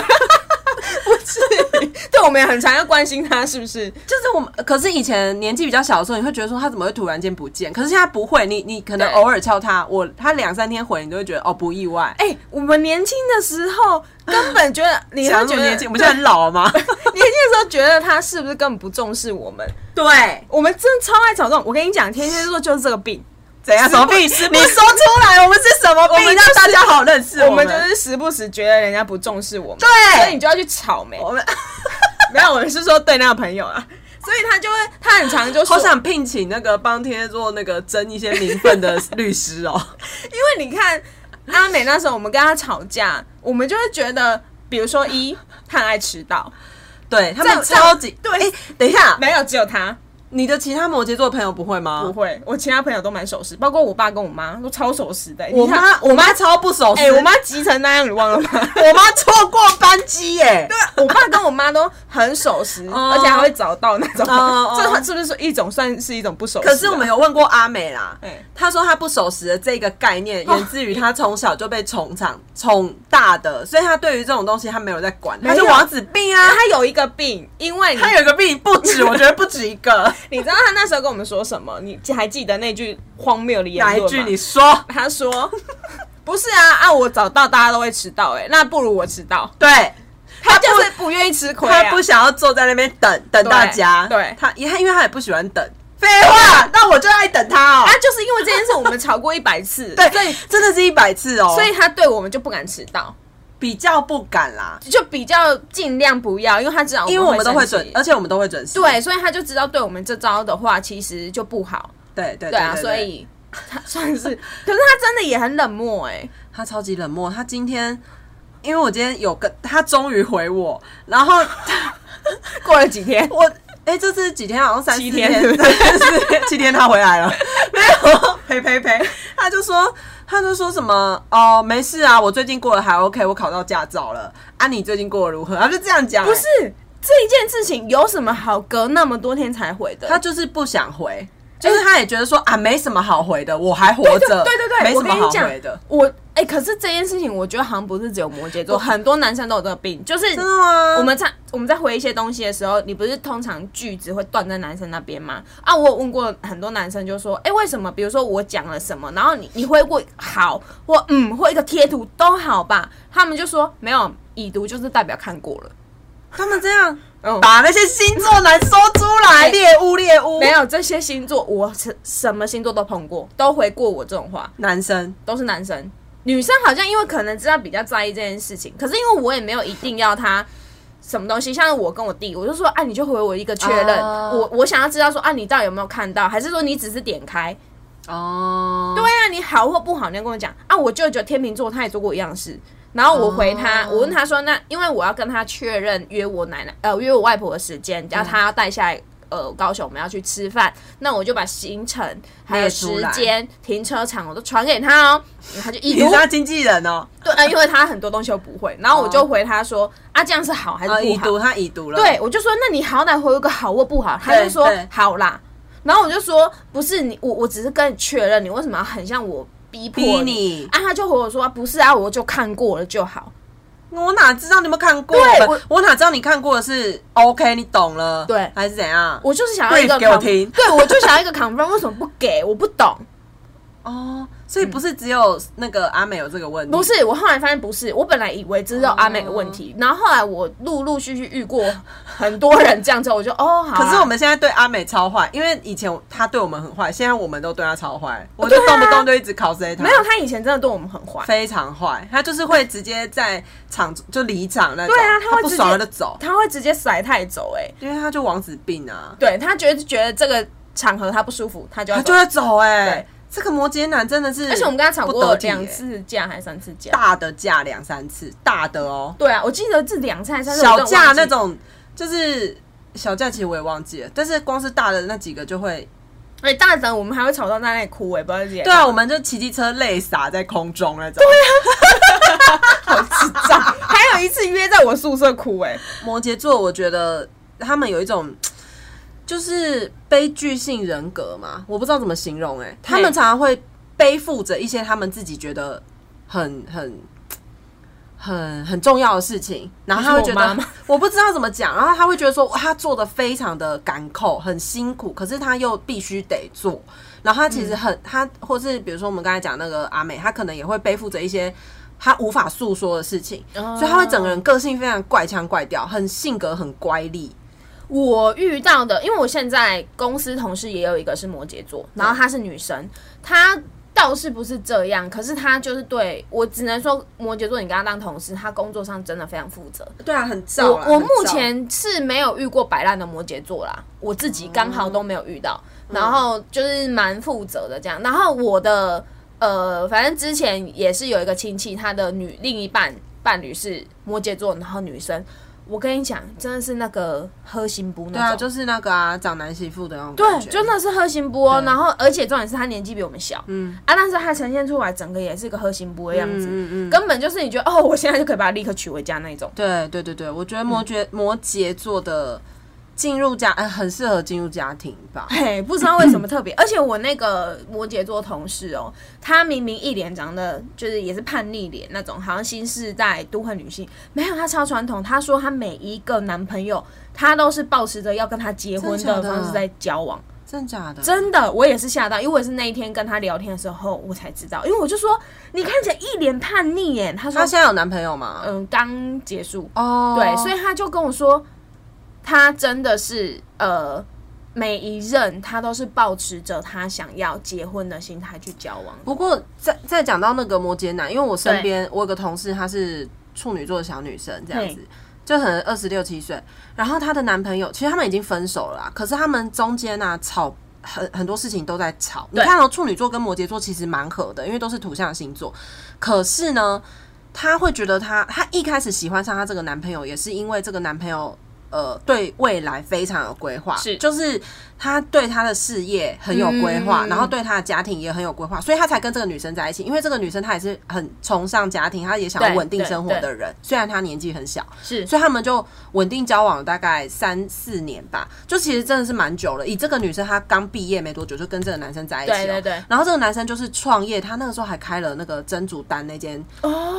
Speaker 3: 对我们也很常要关心他是不是？
Speaker 1: 就是我们，可是以前年纪比较小的时候，你会觉得说他怎么会突然间不见？可是现在不会，你你可能
Speaker 3: 对
Speaker 1: 偶尔敲他，我他两三天回，你都会觉得哦不意外。
Speaker 3: 哎、我们年轻的时候根本觉得，你
Speaker 1: 想
Speaker 3: 会
Speaker 1: 要这
Speaker 3: 觉
Speaker 1: 么
Speaker 3: 得
Speaker 1: 年轻，我们现在很老了吗？
Speaker 3: 对年轻的时候觉得他是不是根本不重视我们？
Speaker 1: 对，
Speaker 3: 我们真的超爱吵这种。我跟你讲，天蝎座就是这个病，
Speaker 1: 怎样？什么病？
Speaker 3: 时不
Speaker 1: 你说出来，我们是什么
Speaker 3: 我
Speaker 1: 病？
Speaker 3: 们就
Speaker 1: 让
Speaker 3: 是
Speaker 1: 大家好认识
Speaker 3: 我
Speaker 1: 们
Speaker 3: 们就是时不时觉得人家不重视我们，
Speaker 1: 对
Speaker 3: 所以你就要去吵没？
Speaker 1: 我 们，
Speaker 3: 没有，我们是说对那个朋友啊，所以他就会，他很常就说
Speaker 1: 好，想聘请那个帮天蝎座那个争一些名分的律师哦。
Speaker 3: 因为你看阿美那时候我们跟他吵架，我们就会觉得，比如说一，他很爱迟到，
Speaker 1: 对他
Speaker 3: 这
Speaker 1: 们
Speaker 3: 样这样
Speaker 1: 超级对、诶等一下，
Speaker 3: 没有，只有他
Speaker 1: 你的其他摩羯座朋友不会吗？
Speaker 3: 不会，我其他朋友都蛮守时，包括我爸跟我妈都超守时的、
Speaker 1: 我
Speaker 3: 你看
Speaker 1: 妈，我妈超不熟识。
Speaker 3: 哎、我妈急成那样，你忘了吗？
Speaker 1: 我妈错过班机 耶、
Speaker 3: 我爸跟我妈都很守时，
Speaker 1: 哦
Speaker 3: 而且还会早到那种。
Speaker 1: 哦哦
Speaker 3: 这是不是说一种算是一啊种不守时、
Speaker 1: 可是我们，有问过阿美啦
Speaker 3: 哎，
Speaker 1: 她说她不守时的这个概念
Speaker 3: 哦
Speaker 1: 源自于她从小就被宠长宠大的，所以她对于这种东西她没有在管，
Speaker 3: 没有
Speaker 1: 她就王子病啊。
Speaker 3: 他有一个病，因为你
Speaker 1: 她有一个病不止，我觉得不止一个。
Speaker 3: 你知道他那时候跟我们说什么？你还记得那句荒谬的 言
Speaker 1: 哪
Speaker 3: 论
Speaker 1: 一
Speaker 3: 吗？
Speaker 1: 句你说？
Speaker 3: 他 说：“不是啊啊，我早到，大家都会迟到、哎，那不如我迟到。
Speaker 1: 对”
Speaker 3: 他就是不愿意吃亏、啊，
Speaker 1: 她不想要坐在那边等等大家，
Speaker 3: 对对
Speaker 1: 她也她因为她也不喜欢等。废话，那我就爱等她哦
Speaker 3: 啊。，就是因为这件事我们吵过一百 次，
Speaker 1: 对，
Speaker 3: 所以
Speaker 1: 真的是一百次哦，
Speaker 3: 所以他对我们就不敢迟到，
Speaker 1: 比较不敢啦，
Speaker 3: 就比较尽量不要，因为他知道
Speaker 1: 因为我们都会
Speaker 3: 哦生
Speaker 1: 准
Speaker 3: 气，
Speaker 1: 而且我们都会准时。
Speaker 3: 对，所以他就知道对我们这招的话，其实就不好。
Speaker 1: 对对
Speaker 3: 对啊，所以他算是， 可是他真的也很冷漠哎、
Speaker 1: 他超级冷漠。他今天，因为我今天有跟他终于回我，然后
Speaker 3: 过了几天，
Speaker 1: 我哎、这次几天好像三
Speaker 3: 七
Speaker 1: 四
Speaker 3: 天对
Speaker 1: 天，
Speaker 3: 不 对
Speaker 1: 三四天七天他回来了， 没有 呸呸呸，他就说他就说什么哦没事啊，我最近过得还 OK，我考到驾照了啊，你最近过得如何？他就这样讲、
Speaker 3: 不是这一件事情有什么好隔那么多天才回的？
Speaker 1: 他就是不想回。就是他也觉得说啊，没什么好回的，我还活
Speaker 3: 对
Speaker 1: 着，
Speaker 3: 对对对，
Speaker 1: 没
Speaker 3: 我
Speaker 1: 什
Speaker 3: 跟
Speaker 1: 么
Speaker 3: 你
Speaker 1: 好
Speaker 3: 讲
Speaker 1: 回的，，
Speaker 3: 我哎、可是这件事情，我觉得好像不是只有摩羯座，很多男生都有这个病，就是
Speaker 1: 真的吗？
Speaker 3: 我们在我们在回一些东西的时候，你不是通常句子会断在男生那边吗？啊，我有问过很多男生，就说，哎、为什么？比如说我讲了什么，然后你你回过好或嗯或一个贴图都好吧，他们就说没有已读，就是代表看过了。
Speaker 1: 他们这样
Speaker 3: 嗯，
Speaker 1: 把那些星座男说出来，
Speaker 3: 对
Speaker 1: 猎物猎物，
Speaker 3: 没有这些星座，我什什么星座都碰过，都回过我这种话，
Speaker 1: 男生，
Speaker 3: 都是男生。女生好像因为可能知道比较在意这件事情，可是因为我也没有一定要他什么东西，像我跟我弟，我就说啊，你就回我一个确认，
Speaker 1: 啊
Speaker 3: 我我想要知道说啊，你到底有没有看到，还是说你只是点开？
Speaker 1: 哦，
Speaker 3: 对啊，你好或不好，你要跟我讲啊。我舅舅天秤座，他也做过一样的事。然后我回他，
Speaker 1: 哦
Speaker 3: 我问他说，那因为我要跟他确认约我奶奶呃约我外婆的时间，然后他要带下来。呃，高雄我们要去吃饭，那我就把行程还有
Speaker 1: 列
Speaker 3: 时
Speaker 1: 出来
Speaker 3: 间、停车场我都传给他哦，然后他就一
Speaker 1: 你
Speaker 3: 读
Speaker 1: 是他经纪人哦，
Speaker 3: 对，呃因为他很多东西都不会，然后我就回他说、啊，这样是好还是
Speaker 1: 啊，
Speaker 3: 不
Speaker 1: 已
Speaker 3: 好？
Speaker 1: 读他已读了，
Speaker 3: 对，我就说那你好歹回我一个好或不好，他
Speaker 1: 对
Speaker 3: 就说
Speaker 1: 对
Speaker 3: 好啦，然后我就说不是你，我我只是跟你确认，你为什么要很像我逼迫
Speaker 1: 逼
Speaker 3: 你？
Speaker 1: 你，
Speaker 3: 啊，他就回我说、啊、不是啊，我就看过了就好。
Speaker 1: 我哪知道你有没有看过？
Speaker 3: 对
Speaker 1: 我我哪知道你看过的是 OK，你懂了，
Speaker 3: 对
Speaker 1: 还是怎样？
Speaker 3: 我就是想要一个
Speaker 1: Brief 给我
Speaker 3: confirm-
Speaker 1: 听
Speaker 3: 对我就想要一个 confirm，为什么不给？我不懂。
Speaker 1: 哦，所以不是只有那个阿美有这个问题，
Speaker 3: 不是，我后来发现不是，我本来以为只有阿美的问
Speaker 1: 哦
Speaker 3: 题，然后后来我陆陆续续遇过很多人这样之后，我就哦好啊、
Speaker 1: 可是我们现在对阿美超坏，因为以前他对我们很坏，现在我们都对他超坏，我就
Speaker 3: 对啊
Speaker 1: 动不动就一直 cos 他，
Speaker 3: 没有他以前真的对我们很坏。
Speaker 1: 非常坏，他就是会直接在场就离场那种，
Speaker 3: 对啊，
Speaker 1: 他
Speaker 3: 会
Speaker 1: 不
Speaker 3: 直接
Speaker 1: 爽他就走，
Speaker 3: 他会直接甩太走、哎，
Speaker 1: 因为他就王子病啊，
Speaker 3: 对他觉得觉得这个场合他不舒服，他就要
Speaker 1: 他
Speaker 3: 走
Speaker 1: 就。会走哎、
Speaker 3: 啊对
Speaker 1: 这个摩羯男真的是，
Speaker 3: 而且我们跟他吵
Speaker 1: 不
Speaker 3: 过
Speaker 1: 得体欸
Speaker 3: 两次架还是三次架？
Speaker 1: 大的架两三次，大的哦，
Speaker 3: 对啊，我记得是两次还是三次。
Speaker 1: 小
Speaker 3: 我真的忘
Speaker 1: 架
Speaker 3: 记
Speaker 1: 那，种就是小架，其实我也忘记了，但是光是大的那几个就会，
Speaker 3: 哎、大神我们还会吵到在那里哭、哎，不知道姐。
Speaker 1: 对啊，我们就骑机车累洒在空中那种。
Speaker 3: 啊智 障。还有一次约在我宿舍哭、哎，
Speaker 1: 摩羯座，我觉得他们有一种就是悲剧性人格嘛，我不知道怎么形容哎、他们常常会背负着一些他们自己觉得很很很很重要的事情，然后他会觉
Speaker 3: 你说我妈
Speaker 1: 得
Speaker 3: 吗
Speaker 1: 我不知道怎么讲，然后他会觉得说他做的非常的赶扣，很辛苦，可是他又必须得做。然后他
Speaker 3: 嗯
Speaker 1: 其实很、他，或是比如说我们刚才讲那个阿美，他可能也会背负着一些他无法诉说的事情，
Speaker 3: 哦
Speaker 1: 所以他会整个人个性非常怪腔怪调，很性格很乖戾。
Speaker 3: 我遇到的，因为我现在公司同事也有一个是摩羯座，然后她是女生，她倒是不是这样，可是她就是对我只能说摩羯座，你跟她当同事，她工作上真的非常负责。
Speaker 1: 对啊，很燥
Speaker 3: 我
Speaker 1: 啦。
Speaker 3: 我
Speaker 1: 很
Speaker 3: 目
Speaker 1: 燥
Speaker 3: 前是没有遇过摆烂的摩羯座啦，我自己刚
Speaker 1: 嗯
Speaker 3: 好都没有遇到，然后就是蛮负责的这样。然后我的呃，反正之前也是有一个亲戚，他的女另一半伴侣是摩羯座，然后女生，我跟你讲，真的是那个喝心不
Speaker 1: 对啊，
Speaker 3: 那种。
Speaker 1: 就是那个啊，长男媳妇的那种
Speaker 3: 对
Speaker 1: 感，觉，
Speaker 3: 真的是喝心波、哦，
Speaker 1: 对
Speaker 3: 然后而且重点是他年纪比我们小，
Speaker 1: 嗯
Speaker 3: 嗯啊，但是他呈现出来整个也是一个喝心波的样子，
Speaker 1: 嗯嗯嗯
Speaker 3: 根本就是你觉得哦，我现在就可以把他立刻娶回家那一种。
Speaker 1: 对对对对，我觉得摩
Speaker 3: 嗯
Speaker 1: 羯、摩羯座的进入家，呃、很适合进入家庭吧。
Speaker 3: 嘿，哎不知道为什么特别，而且我那个摩羯座同事哦，她明明一脸长得就是也是叛逆脸那种，好像新世代都会女性，没有，她超传统。她说她每一个男朋友，她都是保持着要跟他结婚
Speaker 1: 真的假
Speaker 3: 的
Speaker 1: 的嗯
Speaker 3: 方式在交往。
Speaker 1: 真假的？
Speaker 3: 真的，我也是吓到，因为我也是那一天跟她聊天的时候，我才知道，因为我就说你看起来一脸叛逆耶，她说
Speaker 1: 她现在有男朋友吗？
Speaker 3: 嗯刚结束，
Speaker 1: 哦，
Speaker 3: 对，所以他就跟我说，他真的是呃，每一任他都是保持着他想要结婚的心态去交往。
Speaker 1: 不过再再讲到那个摩羯男，因为我身边我有个同事，她是处女座的小女生，这样子
Speaker 3: 嘿，
Speaker 1: 就可能二十六七岁。然后她的男朋友，其实他们已经分手了啦，啊可是他们中间啊吵。很很多事情都在吵，你
Speaker 3: 对
Speaker 1: 看哦，处女座跟摩羯座其实蛮合的，因为都是土象星座。可是呢，她会觉得她她一开始喜欢上她这个男朋友，也是因为这个男朋友呃对未来非常有规划，
Speaker 3: 是
Speaker 1: 就是他对他的事业很有规划，
Speaker 3: 嗯
Speaker 1: 然后对他的家庭也很有规划，所以他才跟这个女生在一起。因为这个女生她也是很崇尚家庭，她也想要
Speaker 3: 对
Speaker 1: 稳定生活
Speaker 3: 对
Speaker 1: 的人，虽然她年纪很小，
Speaker 3: 是
Speaker 1: 所以他们就稳定交往了大概三四年吧，就其实真的是蛮久了。以这个女生她刚毕业没多久就跟这个男生在一起、哦，
Speaker 3: 对对对
Speaker 1: 然后这个男生就是创业，他那个时候还开了那个珍珠丹那间，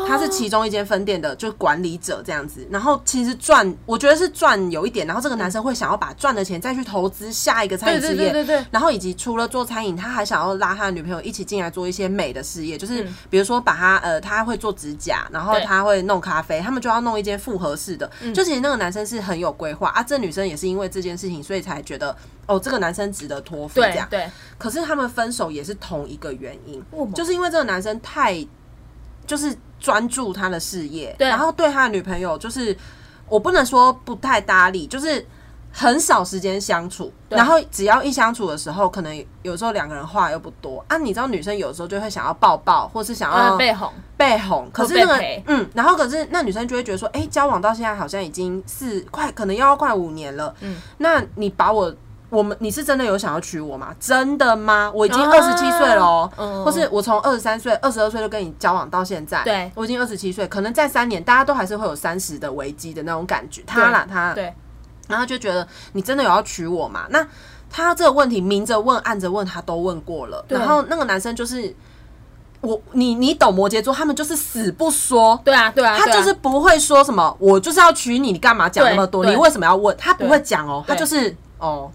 Speaker 1: 他是其中一间分店的，就是管理者这样子。然后其实赚，我觉得是赚有一点，然后这个男生会想要把赚的钱再去投资下一个餐饮
Speaker 3: 对
Speaker 1: 事
Speaker 3: 对
Speaker 1: 业，
Speaker 3: 对对对，
Speaker 1: 然后以及除了做餐饮，他还想要拉他的女朋友一起进来做一些美的事业，就是比如说把他呃，他会做指甲，然后
Speaker 3: 嗯对嗯
Speaker 1: 他会弄咖啡，他们就要弄一间复合式的。就其实那个男生是很有规划啊，这女生也是因为这件事情，所以才觉得哦，这个男生值得托付这
Speaker 3: 对
Speaker 1: 样。
Speaker 3: 对，
Speaker 1: 可是他们分手也是同一个原因
Speaker 3: 为什，么
Speaker 1: 就是因为这个男生太就是专注他的事业，
Speaker 3: 对
Speaker 1: 然后对他的女朋友就是我不能说不太搭理，就是很少时间相处，
Speaker 3: 对
Speaker 1: 然后只要一相处的时候，可能有时候两个人话又不多啊，你知道女生有时候就会想要抱抱，或是想要
Speaker 3: 呃，被哄，
Speaker 1: 被哄，可是
Speaker 3: 被
Speaker 1: 那个
Speaker 3: 陪
Speaker 1: 嗯，然后可是那女生就会觉得说，哎、交往到现在好像已经四快，可能要快五年了，嗯
Speaker 3: 嗯，
Speaker 1: 那你把我。我们你是真的有想要娶我吗？真的吗？我已经
Speaker 3: 啊
Speaker 1: 二十七岁了哦，
Speaker 3: 嗯
Speaker 1: 或是我从二十三岁、二十二岁就跟你交往到现在，
Speaker 3: 对
Speaker 1: 我已经二十七岁，可能在三年，大家都还是会有三十的危机的那种感觉。他啦，他
Speaker 3: 对，
Speaker 1: 然后就觉得你真的有要娶我嘛？那他这个问题明着问、暗着问，他都问过了。
Speaker 3: 对
Speaker 1: 然后那个男生就是我，你你懂摩羯座，他们就是死不说，
Speaker 3: 对啊对啊，
Speaker 1: 他
Speaker 3: 对啊
Speaker 1: 就是不会说什么我就是要娶你，你干嘛讲那么多？
Speaker 3: 对
Speaker 1: 你
Speaker 3: 对
Speaker 1: 为什么要问？他不会讲哦，他
Speaker 3: 对
Speaker 1: 就是哦。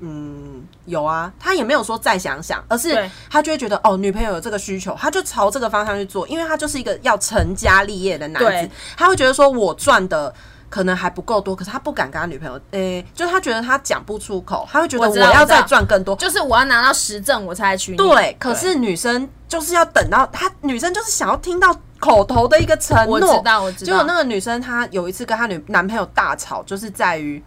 Speaker 1: 嗯，有啊，他也没有说再想想，而是
Speaker 3: 对
Speaker 1: 他就会觉得哦，女朋友有这个需求，他就朝这个方向去做，因为他就是一个要成家立业的男子
Speaker 3: 对，
Speaker 1: 他会觉得说我赚的可能还不够多，可是他不敢跟他女朋友，诶、就是他觉得他讲不出口，他会觉得
Speaker 3: 我
Speaker 1: 我
Speaker 3: 知道
Speaker 1: 要
Speaker 3: 我知道
Speaker 1: 再赚更多，
Speaker 3: 就是我要拿到实证我才娶你。
Speaker 1: 对，可是女生就是要等到她，女生就是想要听到口头的一个承诺。
Speaker 3: 我知道我知道
Speaker 1: 结果那个女生她有一次跟她女男朋友大吵，就是在于，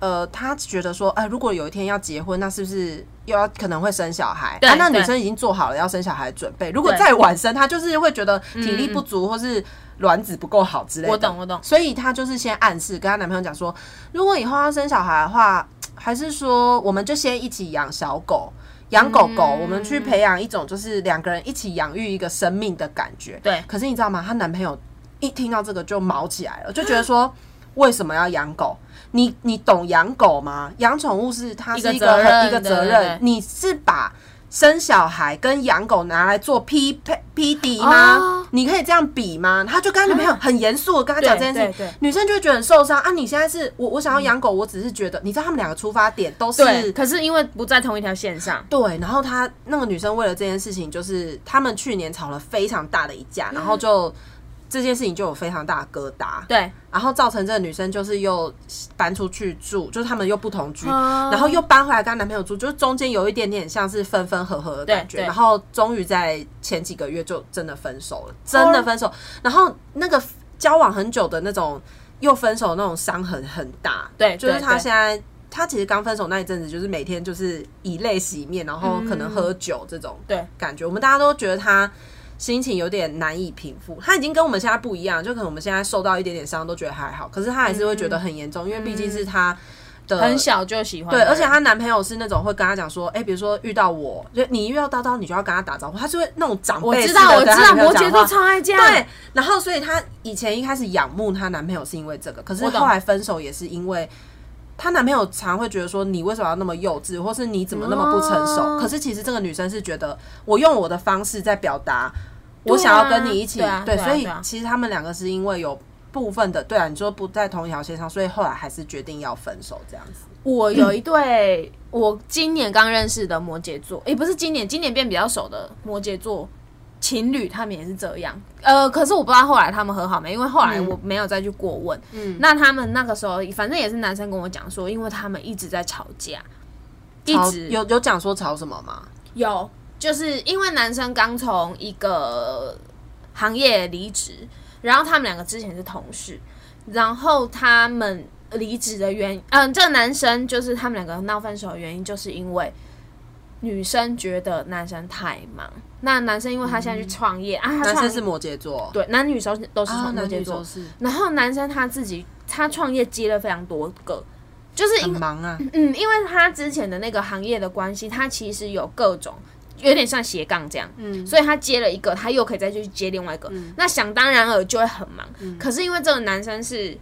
Speaker 1: 呃，她觉得说，哎、如果有一天要结婚，那是不是又要可能会生小孩？
Speaker 3: 对
Speaker 1: 啊、那
Speaker 3: 对
Speaker 1: 女生已经做好了要生小孩的准备。如果
Speaker 3: 对嗯
Speaker 1: 再晚生，她就是会觉得体力不足，或是卵子不够好之类的。
Speaker 3: 我懂我懂
Speaker 1: 所以她就是先暗示跟她男朋友讲说，如果以后要生小孩的话，还是说我们就先一起养小狗，养狗狗，
Speaker 3: 嗯
Speaker 1: 我们去培养一种就是两个人一起养育一个生命的感觉。
Speaker 3: 对
Speaker 1: 可是你知道吗？她男朋友一听到这个就毛起来了，就觉得说。为什么要养狗？你你懂养狗吗？养宠物是它是一
Speaker 3: 一
Speaker 1: 个
Speaker 3: 个责
Speaker 1: 很
Speaker 3: 任
Speaker 1: 一个责
Speaker 3: 对
Speaker 1: 任
Speaker 3: 对对，
Speaker 1: 你是把生小孩跟养狗拿来做匹配匹敌吗？
Speaker 3: 哦啊
Speaker 1: 你可以这样比吗？他就跟他女朋友很严肃的跟他讲这件
Speaker 3: 对
Speaker 1: 事
Speaker 3: 对对
Speaker 1: 情，女生就会觉得很受伤啊！你现在是我我想要养狗，我只是觉得，你知道他们两个出发点都是
Speaker 3: 对，可是因为不在同一条线上，
Speaker 1: 对，然后她那个女生为了这件事情，就是他们去年吵了非常大的一架，然后就这件事情就有非常大的疙瘩，
Speaker 3: 对，
Speaker 1: 然后造成这个女生就是又搬出去住，就是他们又不同居，
Speaker 3: 哦
Speaker 1: 然后又搬回来跟她男朋友住，就是中间有一点点像是分分合合的感觉，
Speaker 3: 对对
Speaker 1: 然后终于在前几个月就真的分手
Speaker 3: 哦
Speaker 1: 了，真的分手，然后那个交往很久的那种又分手的那种伤痕很大，
Speaker 3: 对
Speaker 1: 就是
Speaker 3: 哎对
Speaker 1: 她
Speaker 3: 对
Speaker 1: 现在。她其实刚分手那一阵子，就是每天就是以泪洗面，然后可能喝酒这种
Speaker 3: 嗯对
Speaker 1: 感觉。我们大家都觉得她心情有点难以平复。她已经跟我们现在不一样，就可能我们现在受到一点点伤都觉得还好，可是她还是会觉得很严重，因为毕竟是她的
Speaker 3: 嗯很小就喜欢的
Speaker 1: 对，
Speaker 3: 人，
Speaker 1: 而且她男朋友是那种会跟她讲说，哎、比如说遇到我，就你遇到叨叨，你就要跟她打招呼，她就会那种长
Speaker 3: 我
Speaker 1: 辈
Speaker 3: 知
Speaker 1: 式
Speaker 3: 道
Speaker 1: 的
Speaker 3: 我
Speaker 1: 跟
Speaker 3: 知
Speaker 1: 她
Speaker 3: 道，
Speaker 1: 男朋友
Speaker 3: 摩羯
Speaker 1: 讲
Speaker 3: 座
Speaker 1: 话
Speaker 3: 超爱这样，
Speaker 1: 对，然后所以她以前一开始仰慕她男朋友是因为这个，可是
Speaker 3: 我懂
Speaker 1: 后来分手也是因为她男朋友常会觉得说你为什么要那么幼稚，或是你怎么那么不成熟？
Speaker 3: 哦
Speaker 1: 可是其实这个女生是觉得我用我的方式在表达我想要跟你一起，
Speaker 3: 对啊
Speaker 1: 对，
Speaker 3: 对啊
Speaker 1: 所以
Speaker 3: 对啊
Speaker 1: 其实他们两个是因为有。部分的对啊，你说不在同一条线上，所以后来还是决定要分手这样子。
Speaker 3: 我有一对我今年刚认识的摩羯座，也、不是今年，今年变比较熟的摩羯座情侣，他们也是这样。呃，可是我不知道后来他们和好没，因为后
Speaker 1: 嗯
Speaker 3: 来我没有再去过问。嗯，那他们那个时候，反正也是男生跟我讲说，因为他们一直在吵架，一
Speaker 1: 吵
Speaker 3: 直
Speaker 1: 有有讲说吵什么吗？
Speaker 3: 有，就是因为男生刚从一个行业离职，然后他们两个之前是同事，然后他们离职的原因，嗯、这个男生就是他们两个闹分手的原因，就是因为女生觉得男生太忙，那男生因为他现在去创业、啊，他
Speaker 1: 嗯男生
Speaker 3: 创
Speaker 1: 是摩羯座，
Speaker 3: 对男女都是都是
Speaker 1: 啊，
Speaker 3: 双摩
Speaker 1: 男
Speaker 3: 羯
Speaker 1: 女
Speaker 3: 座，
Speaker 1: 都是
Speaker 3: 然后男生他自己他创业接了非常多个，就是
Speaker 1: 很
Speaker 3: 因
Speaker 1: 忙啊。
Speaker 3: 嗯，因为他之前的那个行业的关系，他其实有各种。有点像斜杠这样，嗯，所以他接了一个，他又可以再去接另外一个，
Speaker 1: 嗯
Speaker 3: 那想当然尔就会很忙。可是因为这个男生是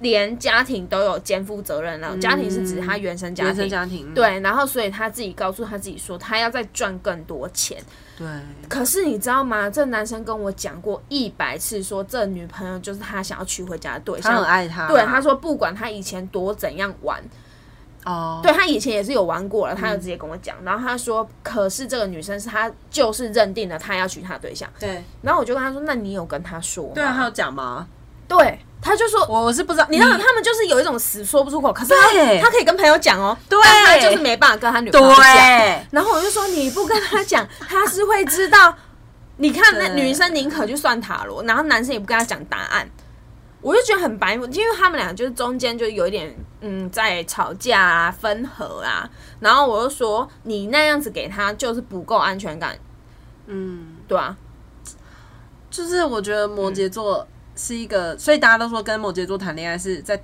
Speaker 3: 连家庭都有肩负责任了，家庭是指他原生
Speaker 1: 嗯
Speaker 3: 家
Speaker 1: 原
Speaker 3: 庭，
Speaker 1: 生家庭，
Speaker 3: 对，然后所以他自己告诉他自己说，他要再赚更多钱。
Speaker 1: 对，
Speaker 3: 可是你知道吗？这男生跟我讲过一百次说这女朋友就是他想要娶回家的对
Speaker 1: 他很
Speaker 3: 象。
Speaker 1: 爱他，
Speaker 3: 对，他说不管他以前多怎样玩，
Speaker 1: 哦，
Speaker 3: 对他以前也是有玩过了，他
Speaker 1: 嗯
Speaker 3: 有直接跟我讲，然后他说，可是这个女生是他就是认定了他要娶她的对象，
Speaker 1: 对
Speaker 3: 然后我就跟他说，那你有跟他说吗？
Speaker 1: 对啊，他有讲吗？
Speaker 3: 对，他就说，
Speaker 1: 我我是不知道，
Speaker 3: 你
Speaker 1: 你
Speaker 3: 知道他们就是有一种死说不出口，可是他
Speaker 1: 对
Speaker 3: 他可以跟朋友讲哦，
Speaker 1: 对
Speaker 3: 但他就是没办法跟他女朋友讲，
Speaker 1: 对
Speaker 3: 然后我就说你不跟他讲，他是会知道。你看那
Speaker 1: 对
Speaker 3: 女生宁可去算塔罗，然后男生也不跟他讲答案，我就觉得很白目，因为他们俩就是中间就有一点嗯在吵架啊、分合啊，然后我就说你那样子给他就是不够安全感，
Speaker 1: 嗯，
Speaker 3: 对啊，
Speaker 1: 就是我觉得摩羯座是一个，所以大家都说跟摩羯座谈恋爱是在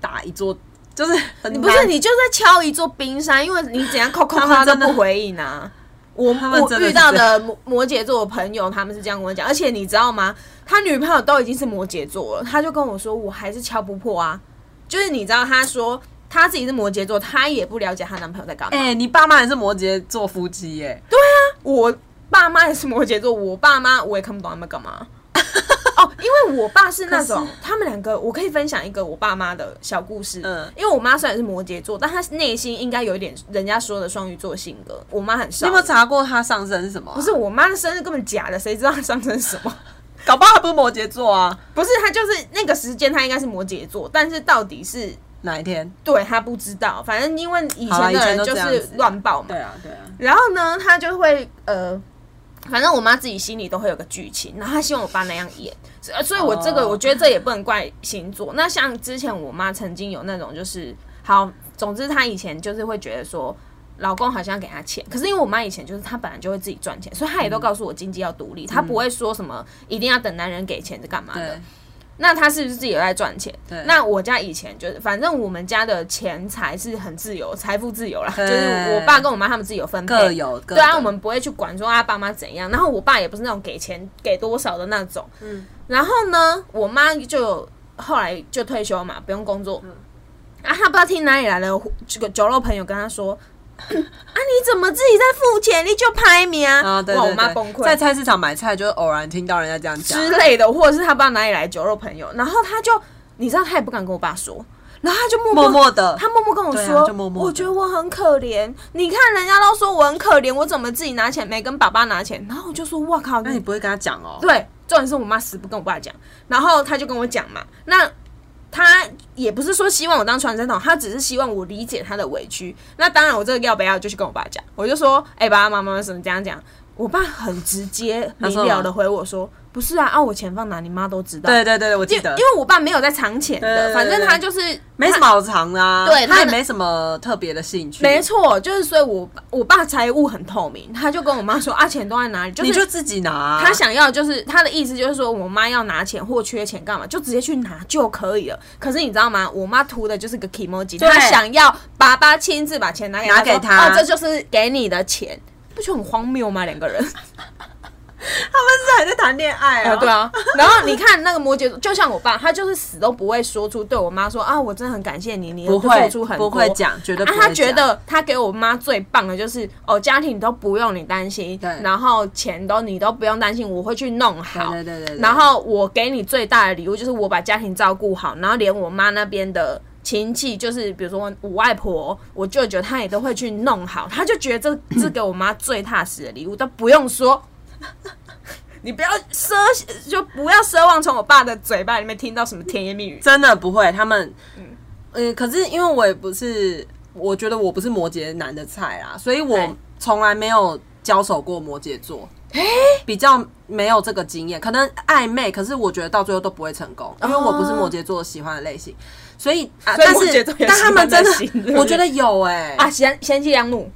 Speaker 1: 打一座，就是很
Speaker 3: 你不是
Speaker 1: 难
Speaker 3: 你就在敲一座冰山，因为你 怎样扣扣
Speaker 1: 他
Speaker 3: 扣
Speaker 1: 们
Speaker 3: 他都
Speaker 1: 真的
Speaker 3: 不回应啊。我
Speaker 1: 他们
Speaker 3: 我
Speaker 1: 真的是
Speaker 3: 遇到的摩摩羯座的朋友，他们是这样跟我讲，而且你知道吗？他女朋友都已经是摩羯座了，他就跟我说，我还是敲不破啊。就是你知道，他说他自己是摩羯座，他也不了解她男朋友在干嘛。
Speaker 1: 哎、你爸妈也是摩羯座夫妻耶、
Speaker 3: 啊我爸妈也是摩羯座，我爸妈我也看不懂他们干嘛。哦，因为我爸是那种，他们两个，我可以分享一个我爸妈的小故事。
Speaker 1: 嗯
Speaker 3: 嗯，因为我妈虽然是摩羯座，但她内心应该有一点人家说的双鱼座性格。我妈很
Speaker 1: 你
Speaker 3: 少，
Speaker 1: 有没有查过他上身是什么啊、
Speaker 3: 不是我妈的生日根本假的，谁知道她上升 什么？
Speaker 1: 搞不好他不是摩羯座啊？
Speaker 3: 不是，她就是那个时间，她应该是摩羯座，但是到底是
Speaker 1: 哪一天？
Speaker 3: 对她不知道。反正因为以
Speaker 1: 好啦
Speaker 3: 前
Speaker 1: 以
Speaker 3: 的
Speaker 1: 前
Speaker 3: 人
Speaker 1: 都
Speaker 3: 就
Speaker 1: 这样
Speaker 3: 是
Speaker 1: 子
Speaker 3: 乱报嘛，
Speaker 1: 啊，对啊，
Speaker 3: 然后呢，他就会呃，反正我妈自己心里都会有个剧情，然后她希望我爸那样演，所呃以所以我这个、
Speaker 1: 哦
Speaker 3: 我觉得这也不能怪星座。那像之前我妈曾经有那种就是好，总之她以前就是会觉得说。老公好像给她钱，可是因为我妈以前就是她本来就会自己赚钱，所以她也都告诉我经济要独立，她不会说什么一定要等男人给钱是干嘛的
Speaker 1: 嗯对。
Speaker 3: 那她是不是自己有在赚钱？
Speaker 1: 对
Speaker 3: 那我家以前就是，反正我们家的钱财是很自由，财富自由啦，就是我爸跟我妈他们自己有分配，
Speaker 1: 各有各的
Speaker 3: 对啊，我们不会去管说他爸妈怎样，然后我爸也不是那种给钱给多少的那种，嗯，然后呢，我妈就有后来就退休嘛，不用工作。
Speaker 1: 嗯
Speaker 3: 啊，他不知道听哪里来的这个酒肉朋友跟他说：“ 啊，你怎么自己在付钱，你就拍名
Speaker 1: 啊，对
Speaker 3: 哇，
Speaker 1: 对
Speaker 3: 我妈
Speaker 1: 对，
Speaker 3: 崩溃，
Speaker 1: 在菜市场买菜，就是偶然听到人家这样讲
Speaker 3: 之。类的，或者是他不知道哪里来的酒肉朋友，然后他就你知道他也不敢跟我爸说，然后他就默默
Speaker 1: 默默的
Speaker 3: 他默默跟我
Speaker 1: 对啊
Speaker 3: 说，
Speaker 1: 就默默的
Speaker 3: 我觉得我很可怜，你看人家都说我很可怜，我怎么自己拿钱没跟爸爸拿钱？然后我就说，哇靠，
Speaker 1: 那你不会跟他讲哦？
Speaker 3: 对，重点是我妈死不跟我爸讲，然后他就跟我讲嘛，那。他也不是说希望我当传声筒，他只是希望我理解他的委屈。那当然，我这个要不要就去跟我爸讲，我就说，哎、爸爸妈妈怎么这样讲？我爸很直接
Speaker 1: 他
Speaker 3: 明
Speaker 1: 说
Speaker 3: 了
Speaker 1: 吗
Speaker 3: 的回我说，不是啊，啊，我钱放哪，你妈都知道。
Speaker 1: 对对对，我记
Speaker 3: 因为
Speaker 1: 得
Speaker 3: 因，为我爸没有在藏钱
Speaker 1: 对对
Speaker 3: 的，
Speaker 1: 对
Speaker 3: 反正
Speaker 1: 对
Speaker 3: 他就是
Speaker 1: 没什么好藏的啊。
Speaker 3: 对
Speaker 1: 他
Speaker 3: 他
Speaker 1: 也
Speaker 3: 的
Speaker 1: 没什么特别的兴趣。
Speaker 3: 没错，就是所以我爸我爸财务很透明，他就跟我妈说啊，钱都在哪里，就
Speaker 1: 你就是自己拿啊。
Speaker 3: 他想要就是他的意思就是说我妈要拿钱或缺钱干嘛，就直接去拿就可以了。可是你知道吗？我妈图的就是个 emoji，
Speaker 1: 对
Speaker 3: 她想要爸爸亲自把钱拿给
Speaker 1: 拿给
Speaker 3: 她
Speaker 1: 她
Speaker 3: 说，哦，这就是给你的钱，不觉得很荒谬吗？两 个人。
Speaker 1: 他们是还在谈恋爱
Speaker 3: 啊，对，啊。然后你看那个摩羯座，就像我爸，他就是死都不会说出对我妈说啊，我真的很感谢你，你
Speaker 1: 不
Speaker 3: 做
Speaker 1: 会
Speaker 3: 出很
Speaker 1: 不
Speaker 3: 多
Speaker 1: 会讲，绝对不
Speaker 3: 啊
Speaker 1: 会，
Speaker 3: 他
Speaker 1: 讲
Speaker 3: 觉得他给我妈最棒的就是哦，家庭都不用你担心，
Speaker 1: 对
Speaker 3: 然后钱都你都不用担心，我会去弄好，
Speaker 1: 对对对对对
Speaker 3: 然后我给你最大的礼物就是我把家庭照顾好，然后连我妈那边的亲戚，就是比如说我外婆、我舅舅，他也都会去弄好，他就觉得这这给我妈最踏实的礼物，都不用说。 你不要奢，就不要奢望从我爸的嘴巴里面听到什么甜言蜜语。
Speaker 1: 真的不会，他们，嗯，可是因为我也不是，我觉得我不是摩羯男的菜啦，所以我
Speaker 3: 哎
Speaker 1: 从来没有交手过摩羯座，比较没有这个经验，可能暧昧，可是我觉得到最后都不会成功，因为我不是摩羯座喜欢的类型，所以啊，
Speaker 3: 哦所以
Speaker 1: 但
Speaker 3: 摩
Speaker 1: 是
Speaker 3: 羯座也
Speaker 1: 但他们真
Speaker 3: 喜欢类型是不
Speaker 1: 的，
Speaker 3: 是
Speaker 1: 我觉得有哎、
Speaker 3: 啊，贤贤妻良母，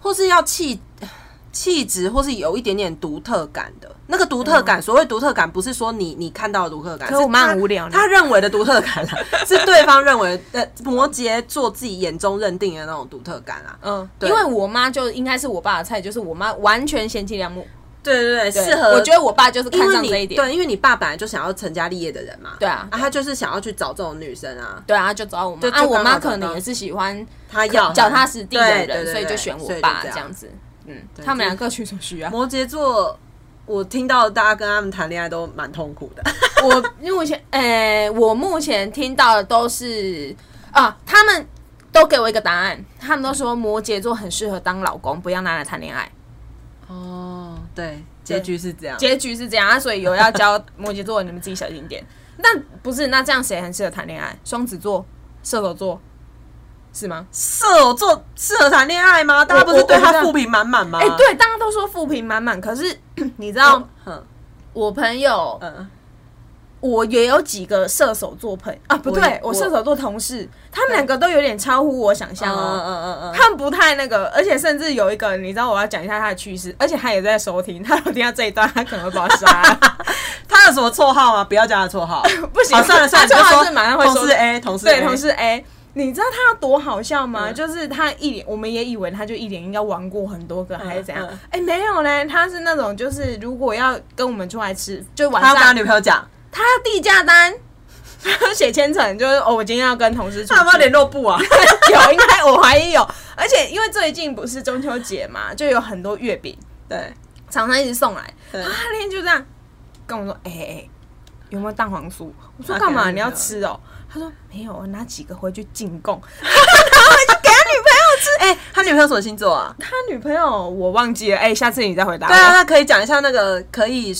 Speaker 1: 或是要气 气质，或是有一点点独特感的。那个独特感，所谓独特感，不是说你你看到的独特感，
Speaker 3: 嗯可是我妈
Speaker 1: 他
Speaker 3: 很无聊呢
Speaker 1: 他认为的独特感啦， 是对方认为的摩羯座自己眼中认定的那种独特感啊。
Speaker 3: 嗯，
Speaker 1: 对
Speaker 3: 因为我妈就应该是我爸的菜，就是我妈完全贤妻良母，
Speaker 1: 对对对，
Speaker 3: 对
Speaker 1: 适合。
Speaker 3: 我觉得我爸就是
Speaker 1: 因
Speaker 3: 看
Speaker 1: 为
Speaker 3: 上这一
Speaker 1: 你
Speaker 3: 点，
Speaker 1: 对，因为你爸本来就想要成家立业的人嘛。
Speaker 3: 对啊
Speaker 1: 他就是想要去找这种女生啊，
Speaker 3: 对啊，就找我妈
Speaker 1: 就，就
Speaker 3: 啊，我
Speaker 1: 刚好
Speaker 3: 妈
Speaker 1: 找
Speaker 3: 可能
Speaker 1: 到
Speaker 3: 也是喜欢
Speaker 1: 他要
Speaker 3: 脚踏实地的
Speaker 1: 对对
Speaker 3: 人，
Speaker 1: 对
Speaker 3: 所以就
Speaker 1: 对
Speaker 3: 选我
Speaker 1: 所以就
Speaker 3: 爸
Speaker 1: 这样
Speaker 3: 这样子，嗯，他们
Speaker 1: 就
Speaker 3: 俩各取所需啊。
Speaker 1: 摩羯座。我听到大家跟他们谈恋爱都蛮痛苦的，
Speaker 3: 我目前，呃，我目前听到的都是啊，他们都给我一个答案，他们都说摩羯座很适合当老公，不要拿来谈恋爱。
Speaker 1: 哦，对，结局是这样，
Speaker 3: 结局是这样啊，所以有要教摩羯座，你们自己小心点。那不是，那这样谁很适合谈恋爱？双子座、射手座是吗？
Speaker 1: 射手座适合谈恋爱吗？大家不是对他负评满满吗？
Speaker 3: 哎、对，大家都说负评满满，可 是你知道
Speaker 1: 嗯，，嗯
Speaker 3: 我朋友，
Speaker 1: 嗯，
Speaker 3: 我也有几个射手座朋啊，不对，
Speaker 1: 我
Speaker 3: 我射手座同事，他们两个都有点超乎我想象
Speaker 1: 嗯
Speaker 3: 哦。
Speaker 1: 嗯嗯嗯，
Speaker 3: 他们不太那个，而且甚至有一个，你知道我要讲一下他的趣事，而且他也在收听，他有听到这一段，他可能会把我杀了。
Speaker 1: 哦 他有什么绰号吗？不要叫他绰号，
Speaker 3: 不行
Speaker 1: 好算了算了，
Speaker 3: 他
Speaker 1: 你就
Speaker 3: 绰号
Speaker 1: 说
Speaker 3: 是马上会说
Speaker 1: 同事 A，同事
Speaker 3: 对，
Speaker 1: A
Speaker 3: 同事 A，你知道他有多好笑吗？
Speaker 1: 嗯
Speaker 3: 就是他一脸，我们也以为他就一脸应该玩过很多个还是怎样？哎、
Speaker 1: 嗯
Speaker 3: 没有嘞，他是那种就是如果要跟我们出来吃，就晚
Speaker 1: 他要跟他
Speaker 3: 上
Speaker 1: 女朋友讲，
Speaker 3: 他要递价单， 他要写千层，就是哦，我今天要跟同事出
Speaker 1: 他有没有
Speaker 3: 去。
Speaker 1: 联络部啊？
Speaker 3: 有，应该我怀疑有，而且因为最近不是中秋节嘛，就有很多月饼，
Speaker 1: 对，嗯
Speaker 3: 厂商一直送来，
Speaker 1: 对
Speaker 3: 然 后他那天就这样跟我说：“哎、哎、哎，有没有蛋黄酥？”我
Speaker 1: 他
Speaker 3: 说：“干
Speaker 1: 给他
Speaker 3: 嘛？
Speaker 1: 女
Speaker 3: 你要
Speaker 1: 朋友
Speaker 3: 吃哦、他说：“没有，我拿几个回去进贡， 然后回去给他女朋友吃。
Speaker 1: 哎，他女朋友什么星座啊？
Speaker 3: 他女朋友我忘记了，哎、下次你再回答我。
Speaker 1: 对啊，那可以讲一下那个可以，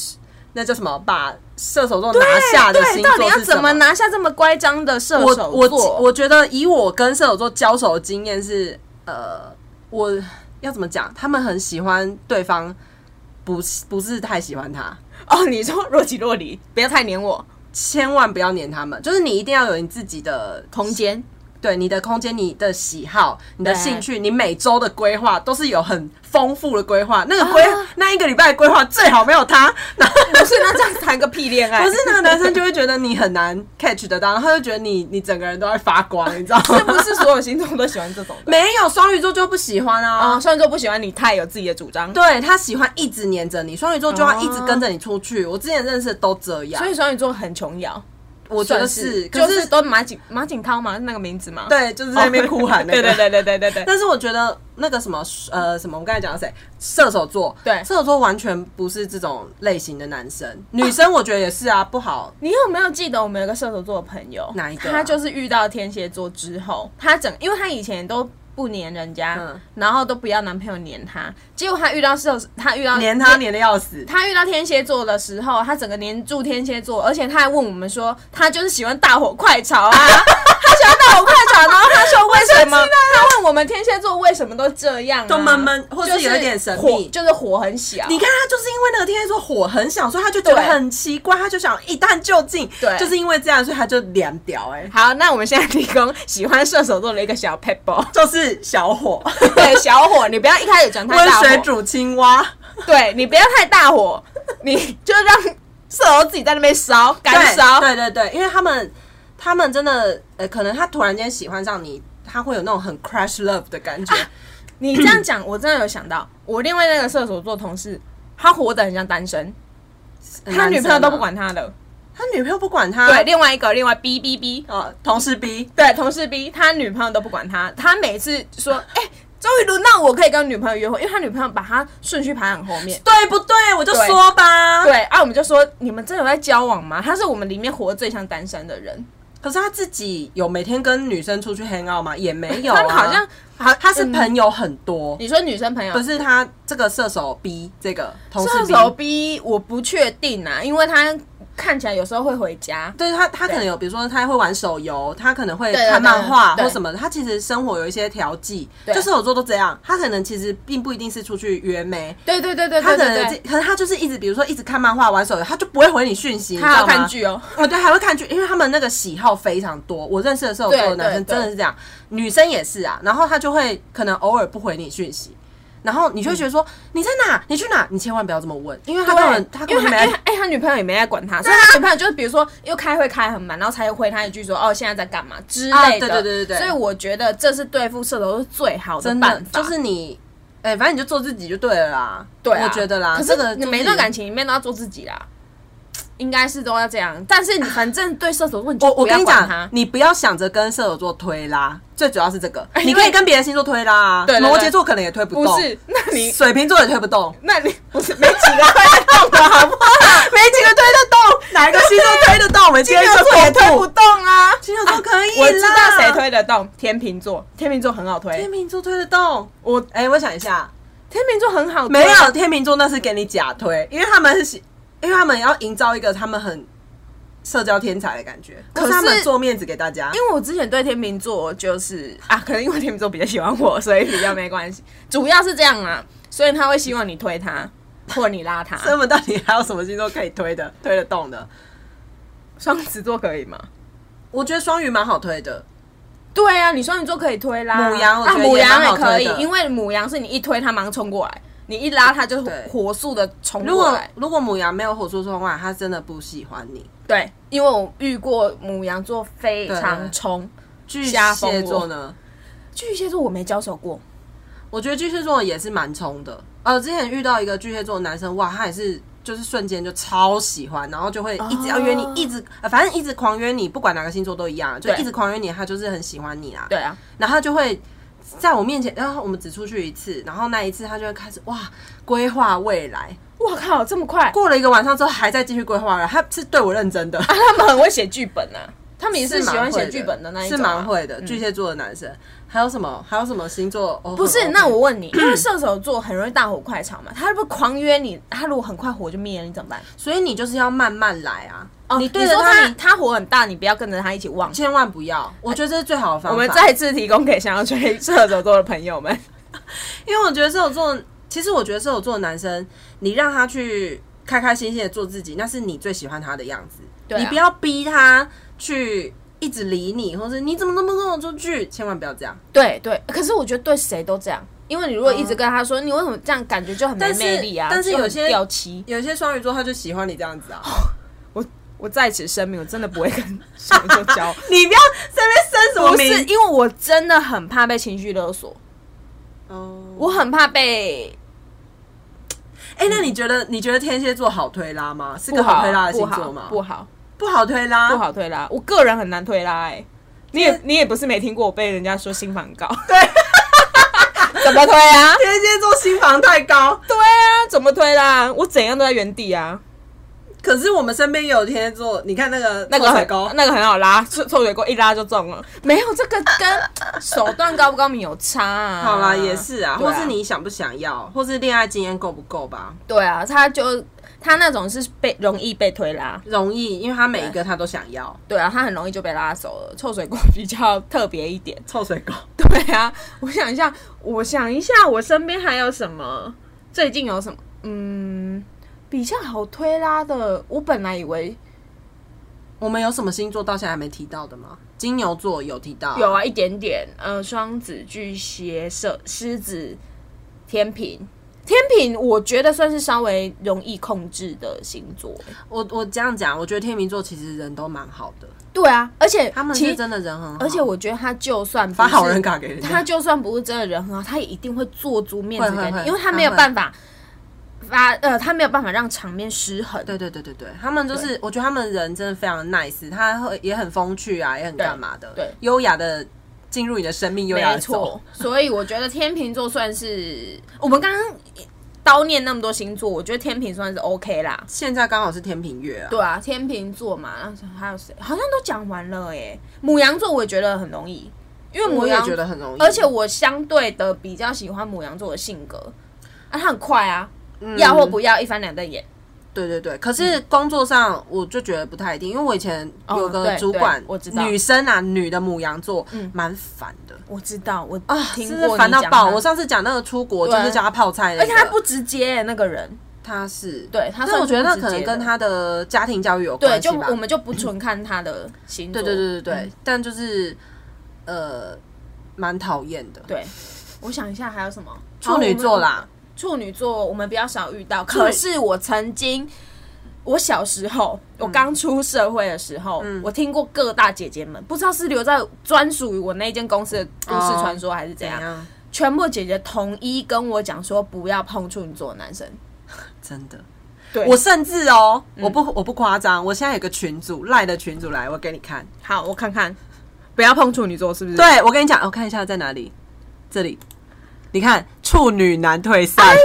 Speaker 1: 那叫什么？把射手座
Speaker 3: 对
Speaker 1: 拿下的
Speaker 3: 对，
Speaker 1: 星
Speaker 3: 到底
Speaker 1: 座
Speaker 3: 要
Speaker 1: 是什
Speaker 3: 怎么？拿下这么乖张的射
Speaker 1: 我
Speaker 3: 手
Speaker 1: 我
Speaker 3: 座？
Speaker 1: 我觉得以我跟射手座交手的经验是，呃，我要怎么讲？他们很喜欢对方，不是不是太喜欢他，
Speaker 3: 哦，你说若即若离，不要太黏我，
Speaker 1: 千万不要黏他们。就是你一定要有你自己的
Speaker 3: 空间。
Speaker 1: 对你的空间、你的喜好、你的
Speaker 3: 对
Speaker 1: 兴趣、你每周的规划都是有很丰富的规划。那个规、
Speaker 3: 啊
Speaker 1: 那一个礼拜的规划最好没有他，然后
Speaker 3: 不是，那这样谈个屁 恋爱？
Speaker 1: 不是那个男生就会觉得你很难 catch 得到，然后他就觉得你你整个人都在发光，你知道
Speaker 3: 是
Speaker 1: 吗？
Speaker 3: 不是所有星座都喜欢这种 的？
Speaker 1: 没有双鱼座就不喜欢啊。
Speaker 3: 啊，双鱼座不喜欢你太有自己的主张，
Speaker 1: 对他喜欢一
Speaker 3: 啊
Speaker 1: 直黏着你，双鱼座就要一直跟着你出去。我之前认识的都这样
Speaker 3: 所，以双鱼座很琼瑶。
Speaker 1: 我觉得
Speaker 3: 算是，
Speaker 1: 可
Speaker 3: 就是都马景马景涛嘛，是那个名字吗？
Speaker 1: 对，就是在那边哭喊那 个。
Speaker 3: 对对对对对对对，
Speaker 1: 但是我觉得那个什么呃什么，我刚才讲的谁，射手座，
Speaker 3: 对
Speaker 1: 射手座完全不是这种类型的男生，女生我觉得也是啊，不好。
Speaker 3: 你有没有记得我们有个射手座的朋友？
Speaker 1: 哪一个啊
Speaker 3: 他就是遇到天蝎座之后，他整，因为他以前都不黏人家，
Speaker 1: 嗯
Speaker 3: 然后都不要男朋友黏他，结果他遇到射手，他遇到
Speaker 1: 黏他黏的要死，
Speaker 3: 他遇到天蝎座的时候，他整个黏住天蝎座，而且他还问我们说，他就是喜欢大火 快炒啊，他喜欢大火快炒，然后他说为什么？他问我们天蝎座为什么都这样、啊，
Speaker 1: 都闷闷或是
Speaker 3: 就是
Speaker 1: 有一点神秘
Speaker 3: 火就是火很小。
Speaker 1: 你看他就是因为那个天蝎座火很小，所以他就觉得
Speaker 3: 对
Speaker 1: 很奇怪，他就想一探究竟。
Speaker 3: 对
Speaker 1: 就是因为这样，所以他就凉屌哎、
Speaker 3: 好，那我们现在提供喜欢射手座的一个小 pebble，
Speaker 1: 就是小 火，
Speaker 3: 对小火，你不要一开始转太
Speaker 1: 温
Speaker 3: 大
Speaker 1: 水
Speaker 3: 火，
Speaker 1: 煮青蛙。
Speaker 3: 对你不要太大火，你就让射手自己在那边烧干烧。
Speaker 1: 对对对，因为他们他们真的呃，可能他突然间喜欢上你，他会有那种很 crash love 的感觉。
Speaker 3: 啊你这样讲，我真的有想到，我另外那个射手座同事，他活得很像单身，他女朋
Speaker 1: 啊
Speaker 3: 友都不管他的。
Speaker 1: 他，他女朋友不管他。
Speaker 3: 对，另外一个，另外 B B B，
Speaker 1: 呃，同事 B
Speaker 3: 对，同事 B，他女朋友都不管他，他每次说，哎、终于轮到我可以跟女朋友约会，因为他女朋友把他顺序排很后面。
Speaker 1: 对不对？我就
Speaker 3: 对
Speaker 1: 说吧。。
Speaker 3: 对啊，我们就说你们真的有在交往吗？他是我们里面活得最像单身的人，
Speaker 1: 可是他自己有每天跟女生出去 hang out 吗？也没有、啊。
Speaker 3: 他们好嗯像
Speaker 1: 好，他是朋友很多，
Speaker 3: 你说女生朋友
Speaker 1: 不是他这个射手 B 这个同事
Speaker 3: 射
Speaker 1: B。
Speaker 3: 手 B，我不确定啊，因为他看起来有时候会回家，
Speaker 1: 对他，他可能有，比如说他会玩手游，他可能会
Speaker 3: 对对
Speaker 1: 看漫画
Speaker 3: 对
Speaker 1: 或什么的。他其实生活有一些调剂，就
Speaker 3: 对
Speaker 1: 射手座都这样。他可能其实并不一定是出去约妹，
Speaker 3: 对对对对
Speaker 1: 他
Speaker 3: 对
Speaker 1: 可
Speaker 3: 对
Speaker 1: 能
Speaker 3: 对，
Speaker 1: 可能他就是一直，比如说一直看漫画、玩手游，他就不会回你讯息，你知
Speaker 3: 他还
Speaker 1: 道
Speaker 3: 要看
Speaker 1: 吗？
Speaker 3: 剧哦，
Speaker 1: 哦，对，还会看剧，因为他们那个喜好非常多。我认识的射手座的
Speaker 3: 对
Speaker 1: 男生
Speaker 3: 对对
Speaker 1: 真的是这样，女生也是啊。然后他就会可能偶尔不回你讯息，然后你就会觉得
Speaker 3: 嗯
Speaker 1: 说、你在哪？你去哪？你千万不要这么问，因为他根本他
Speaker 3: 因
Speaker 1: 根
Speaker 3: 为
Speaker 1: 本
Speaker 3: 他
Speaker 1: 没啊
Speaker 3: 因为他哎、他女朋友也没在管他，所以他女朋友就是比如说又开会开很满，然后才回他一句说哦现在在干嘛之类的、
Speaker 1: 啊对对对对对
Speaker 3: 所以我觉得这是对付射手是最好
Speaker 1: 真
Speaker 3: 办
Speaker 1: 的
Speaker 3: 法，
Speaker 1: 就是你，哎、反正你就做自己就对了啦。
Speaker 3: 对啊、
Speaker 1: 我觉得啦，
Speaker 3: 可
Speaker 1: 这个
Speaker 3: 是你
Speaker 1: 就
Speaker 3: 每一段感情里面都要做自己啦，应该是都要这样。但是你反正对射手座，你就
Speaker 1: 啊我我
Speaker 3: 不要
Speaker 1: 跟你
Speaker 3: 管
Speaker 1: 讲
Speaker 3: 他，，
Speaker 1: 你不要想着跟射手座推拉，最主要是这个，
Speaker 3: 因为
Speaker 1: 你可以跟别的星座推拉啊，
Speaker 3: 哎对对对
Speaker 1: 摩羯座可能也推不
Speaker 3: 不
Speaker 1: 动，
Speaker 3: 是？那你
Speaker 1: 水瓶座也 推不动，
Speaker 3: 那你不 是没几个会动了，好不好？
Speaker 1: 没几个推得动， 哪个星座推得动？我们今天就
Speaker 3: 射手也推
Speaker 1: 公
Speaker 3: 不
Speaker 1: 布，
Speaker 3: 动啊。
Speaker 1: 金牛座可以啦，
Speaker 3: 我知道谁，推得动，天秤座，天秤座很好推
Speaker 1: 天。秤座推得动。
Speaker 3: 我
Speaker 1: 哎、我想一下，
Speaker 3: 天秤座很好推，
Speaker 1: 没有天秤座那是给你假推，因为他们是喜，因为他们要营造一个他们很社交天才的感觉，
Speaker 3: 可是
Speaker 1: 那他们做面子给大家
Speaker 3: 因。为我之前对天秤座就是啊，可能因为天秤座比较喜欢我，所以比较没关系。 主要是这样啊，所以他会希望你推他或你拉 他。
Speaker 1: 他们到底还有什么星座可以推的、推得动的？
Speaker 3: 双子座可以吗？
Speaker 1: 我觉得双鱼蛮好推的，
Speaker 3: 对啊，你双鱼座可以推拉，
Speaker 1: 母羊我觉
Speaker 3: 啊，
Speaker 1: 得
Speaker 3: 母
Speaker 1: 也蛮
Speaker 3: 羊也
Speaker 1: 好推
Speaker 3: 可以
Speaker 1: 的，
Speaker 3: 因为母羊是你一推它马上冲过来，你一拉它就
Speaker 1: 对
Speaker 3: 火速的冲
Speaker 1: 如
Speaker 3: 过
Speaker 1: 果
Speaker 3: 来。
Speaker 1: 如果母羊没有火速冲过来，他真的不喜欢你。
Speaker 3: 对，因为我遇过母羊座非
Speaker 1: 对
Speaker 3: 常冲，
Speaker 1: 巨
Speaker 3: 吓疯
Speaker 1: 蟹
Speaker 3: 我
Speaker 1: 座呢？
Speaker 3: 巨蟹座我没交手过，
Speaker 1: 我觉得巨蟹座也是蛮冲的。呃，之前遇到一个巨蟹座的男生，哇，他也是就是瞬间就超喜欢，然后就会一直要约你，
Speaker 3: 哦
Speaker 1: 一直、呃反正一直狂约你，不管哪个星座都一样，啊就
Speaker 3: 对
Speaker 1: 一直狂约你，他就是很喜欢你啊。
Speaker 3: 对啊，
Speaker 1: 然后他就会在我面前，然后我们只出去一次，然后那一次他就会开始哇规划未来。
Speaker 3: 我靠，这么快，
Speaker 1: 过了一个晚上之后，还在继续规划了，他是对我认真 的。
Speaker 3: 他们很会写剧本啊，他们也啊是
Speaker 1: 蛮
Speaker 3: 喜欢
Speaker 1: 会
Speaker 3: 写剧本的那一
Speaker 1: 是
Speaker 3: 种啊
Speaker 1: 蛮会的。巨蟹座的男生还有什么？还有什么星座？哦，
Speaker 3: 不是，
Speaker 1: 很
Speaker 3: 那
Speaker 1: OK
Speaker 3: 我问你，因为射手座很容易大火快炒嘛，他如果狂约你，他如果很快火就灭了，你怎么办？
Speaker 1: 所以你就是要慢慢来啊。
Speaker 3: 哦，
Speaker 1: 你
Speaker 3: 你
Speaker 1: 对着
Speaker 3: 说
Speaker 1: 他，
Speaker 3: 他
Speaker 1: 你
Speaker 3: 他火很大，你不要跟着他一起旺。
Speaker 1: 千万不要。我觉得这是最好的方法。
Speaker 3: 我们再次提供给想要追射手座的朋友们，
Speaker 1: 因为我觉得射手座，其实我觉得射手座的男生，你让他去开开心心的做自己，那是你最喜欢他的样子。
Speaker 3: 对啊
Speaker 1: 你不要逼他去一直理你，或是你怎么那么跟我出去，千万不要这样。
Speaker 3: 对对，可是我觉得对谁都这样，因为你如果一直跟他说，你为什么这样，感觉就很没
Speaker 1: 但是
Speaker 3: 魅力啊，
Speaker 1: 但是
Speaker 3: 就很
Speaker 1: 有些
Speaker 3: 掉漆。
Speaker 1: 有些双鱼座他就喜欢你这样子啊，
Speaker 3: 我我在此声明，我真的不会跟射手座 交往，
Speaker 1: 你不要在那边生什么
Speaker 3: 不是
Speaker 1: 名。
Speaker 3: 因为我真的很怕被情绪勒索，
Speaker 1: 哦，
Speaker 3: 我很怕被
Speaker 1: 哎、那你觉得你觉得天蝎座好推拉吗？是
Speaker 3: 不
Speaker 1: 个
Speaker 3: 好
Speaker 1: 推拉的星
Speaker 3: 不好
Speaker 1: 座吗？
Speaker 3: 不好，
Speaker 1: 不好推拉，
Speaker 3: 不好推拉，我个人很难推
Speaker 1: 啊
Speaker 3: 拉哎、你也你也不是没听过我被人家说心房高，
Speaker 1: 对，
Speaker 3: 怎么推啊？
Speaker 1: 天蝎座心房太高，
Speaker 3: 对啊，怎么推啦？我怎样都在原地啊。
Speaker 1: 可是我们身边有天蝎座，你看那个
Speaker 3: 那个
Speaker 1: 臭水
Speaker 3: 很
Speaker 1: 沟，
Speaker 3: 那个很好拉，臭臭水沟一拉就中了。没有这个跟手段高不高明有差啊。
Speaker 1: 好啦，也是啊，
Speaker 3: 对
Speaker 1: 或是你想不想要，或是恋爱经验够不够吧，
Speaker 3: 对啊，他就他那种是被容易被推拉，
Speaker 1: 容易，因为他每一个他都想要
Speaker 3: 对啊，他很容易就被拉走了。臭水沟比较特别一点。
Speaker 1: 臭水沟，
Speaker 3: 对啊，我想一下，我想一下，我身边还有什么？最近有什么？嗯，比较好推拉的。我本来以为
Speaker 1: 我们有什么星座到现在还没提到的吗？金牛座有提到，
Speaker 3: 有啊，一点点。呃，双子、巨蟹、射狮子、天平。天平，我觉得算是稍微容易控制的星座。
Speaker 1: 我我这样讲，我觉得天秤座其实人都蛮好的，
Speaker 3: 对啊，而且
Speaker 1: 他们
Speaker 3: 其
Speaker 1: 是
Speaker 3: 实，
Speaker 1: 真的人很好，
Speaker 3: 而且我觉得他就算不
Speaker 1: 把好
Speaker 3: 是
Speaker 1: 人卡给人
Speaker 3: 他
Speaker 1: 家，
Speaker 3: 就算不是真的人很好，他也一定会做足面子
Speaker 1: 会
Speaker 3: 给
Speaker 1: 会会
Speaker 3: 你，因为他没有
Speaker 1: 他会
Speaker 3: 办法发呃，他没有办法让场面失衡。
Speaker 1: 对对对对对，他们就是我觉得他们人真的非常 nice，他会也很风趣啊，也很干嘛的，
Speaker 3: 对对
Speaker 1: 优雅的进入你的生命，优雅
Speaker 3: 没
Speaker 1: 的走
Speaker 3: 错。， 所以我觉得天秤座算是我们刚刚叨念那么多星座，我觉得天秤算是 OK 啦。
Speaker 1: 现在刚好是天平月啊，
Speaker 3: 对啊，天秤座嘛，然后还有谁？好像都讲完了耶。母羊座我也觉得很容易，因为母
Speaker 1: 我也
Speaker 3: 羊，
Speaker 1: 觉得很容易，
Speaker 3: 而且我相对的比较喜欢母羊座的性格，啊，他很快啊，
Speaker 1: 嗯
Speaker 3: 要或不要一翻两瞪眼。
Speaker 1: 对对对，可是工作上我就觉得不太一定，因为我以前有
Speaker 3: 嗯哦
Speaker 1: 个
Speaker 3: 对
Speaker 1: 主管，
Speaker 3: 对我知道
Speaker 1: 女生啊，女的母羊座，蛮烦的
Speaker 3: 我知道，我
Speaker 1: 啊，
Speaker 3: 听
Speaker 1: 真
Speaker 3: 过
Speaker 1: 的
Speaker 3: 你
Speaker 1: 烦到
Speaker 3: 讲
Speaker 1: 爆。
Speaker 3: 他
Speaker 1: 我上次讲那个出国，就
Speaker 3: 对
Speaker 1: 是叫她泡菜那个，
Speaker 3: 而且他不直接耶那个人，
Speaker 1: 他是
Speaker 3: 对他
Speaker 1: 但
Speaker 3: 算
Speaker 1: 我
Speaker 3: 是
Speaker 1: 觉得那
Speaker 3: 不直
Speaker 1: 可能
Speaker 3: 接
Speaker 1: 跟
Speaker 3: 的
Speaker 1: 他的家庭教育有
Speaker 3: 对，
Speaker 1: 关系
Speaker 3: 就
Speaker 1: 吧。
Speaker 3: 我们就不纯看他的星座，
Speaker 1: 对对对对对，
Speaker 3: 嗯
Speaker 1: 但就是呃，蛮讨厌的。
Speaker 3: 对。我想一下还有什么
Speaker 1: 处女座，啦，
Speaker 3: 好我们处女座我们比较少遇到，
Speaker 1: 女
Speaker 3: 可是我曾经。我小时候，我刚出社会的时候，我听过各大姐姐们，不知道是留在专属于我那间公司的都市
Speaker 1: 哦
Speaker 3: 传说还是怎
Speaker 1: 怎
Speaker 3: 样，
Speaker 1: 样？
Speaker 3: 全部姐姐统一跟我讲说不要碰处女座的男生。
Speaker 1: 真的。
Speaker 3: 对嗯
Speaker 1: 我甚至哦，我不我不夸张，我现在有个群主赖的群主来，我给你看。
Speaker 3: 好，我看看，不要碰处女座是不是？
Speaker 1: 对，我跟你讲，我看一下在哪里，这里，你看处女男退散，
Speaker 3: 哎、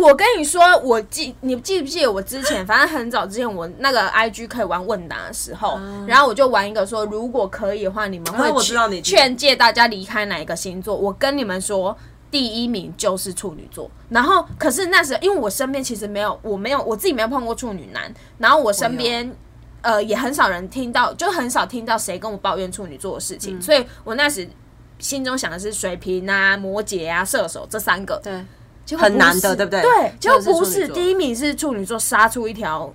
Speaker 3: 我跟你说，我记你记不记得我之前，反正很早之前，我那个 I G 可以玩问答的时候，然后我就玩一个说，如果可以的话，你们
Speaker 1: 嗯
Speaker 3: 会
Speaker 1: 啊我
Speaker 3: 去
Speaker 1: 知道你
Speaker 3: 劝诫大家离开哪一个星座。我跟你们说，第一名就是处女座。然后，可是那时候因为我身边其实没有，我没有我自己没有碰过处女男，然后我身边。呃，也很少人听到，就很少听到谁跟我抱怨处女座的事
Speaker 1: 嗯
Speaker 3: 情，所以我那时心中想的是水瓶啊、摩羯啊、射手这三个，
Speaker 1: 对，
Speaker 3: 结果
Speaker 1: 很
Speaker 3: 不
Speaker 1: 难
Speaker 3: 是
Speaker 1: 的，对不对？
Speaker 3: 对，就不
Speaker 1: 这个
Speaker 3: 是
Speaker 1: 处女座
Speaker 3: 第一名是处女座，杀出一条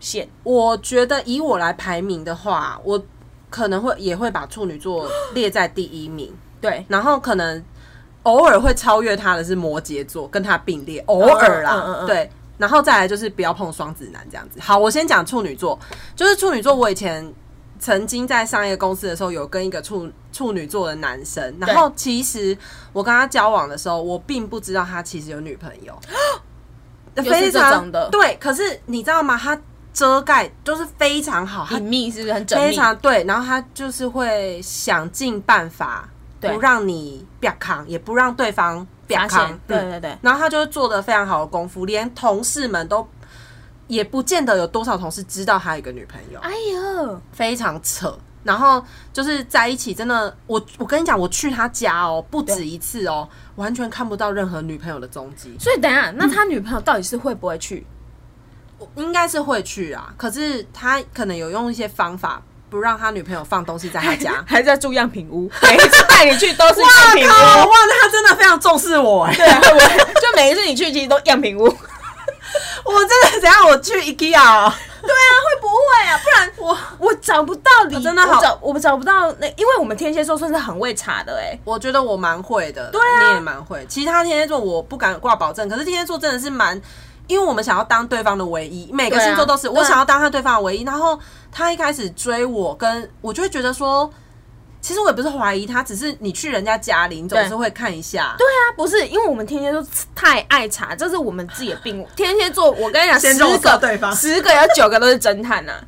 Speaker 3: 线。
Speaker 1: 我觉得以我来排名的话，我可能会也会把处女座列在第一名，
Speaker 3: 对，
Speaker 1: 然后可能偶尔会超越他的是摩羯座，跟他并列，偶尔啦，
Speaker 3: 嗯嗯嗯
Speaker 1: 对。然后再来就是不要碰双子男这样子。好，我先讲处女座，就是处女座，我以前曾经在上一个公司的时候，有跟一个处处女座的男生，然后其实我跟他交往的时候，我并不知道他其实有女朋友，
Speaker 3: 是
Speaker 1: 非
Speaker 3: 这
Speaker 1: 常
Speaker 3: 种的
Speaker 1: 对。可是你知道吗？他遮盖就是非常好，他
Speaker 3: 啊隐秘是不是很缜
Speaker 1: 非
Speaker 3: 密？
Speaker 1: 常对，然后他就是会想尽办法，
Speaker 3: 对
Speaker 1: 不让你表扛，也不让对方表
Speaker 3: 发
Speaker 1: 扛嗯
Speaker 3: 现，，嗯对对对，
Speaker 1: 然后他就会做的非常好的功夫，连同事们都也不见得有多少同事知道他有一个女朋友，
Speaker 3: 哎呦，
Speaker 1: 非常扯。然后就是在一起，真的，我我跟你讲，我去他家哦，不止一次哦，完全看不到任何女朋友的踪迹。
Speaker 3: 所以等一下，那他女朋友到底是会不会去？。
Speaker 1: 我应该是会去啊，可是他可能有用一些方法不让他女朋友放东西在他家
Speaker 3: 还在住样品屋，嗯 每一次带你去都是样 品
Speaker 1: 哇，
Speaker 3: 屋。
Speaker 1: 那他真的非常重视我哎、
Speaker 3: 对，会不 会就每一次你去其实都样品屋？会
Speaker 1: 我真的怎样？我去 IKEA，、哦、
Speaker 3: 不会啊？不然我我找不到你，
Speaker 1: 啊真的好
Speaker 3: 我找我找不到那，因为我们天蝎座算是很会查的哎。
Speaker 1: 我觉得我蛮会的，对啊，你也蛮会。其他天蝎座我不敢挂保证，可是天蝎座真的是蛮，因为我们想要当对方的唯一，每个
Speaker 3: 对啊
Speaker 1: 星座都是、
Speaker 3: 对啊
Speaker 1: 我想要当他对方的唯一。然后他一开始追我跟，我就会觉得说，其实我也不是怀疑他，只是你去人家家里，你总
Speaker 3: 对
Speaker 1: 是会看一下，
Speaker 3: 对啊，不是因为我们天蝎座太爱查，这是我们自己的病。天蝎座，我跟你讲，
Speaker 1: 先
Speaker 3: 十
Speaker 1: 肉搜
Speaker 3: 个
Speaker 1: 对方
Speaker 3: 十个有九个都是侦探呐、啊。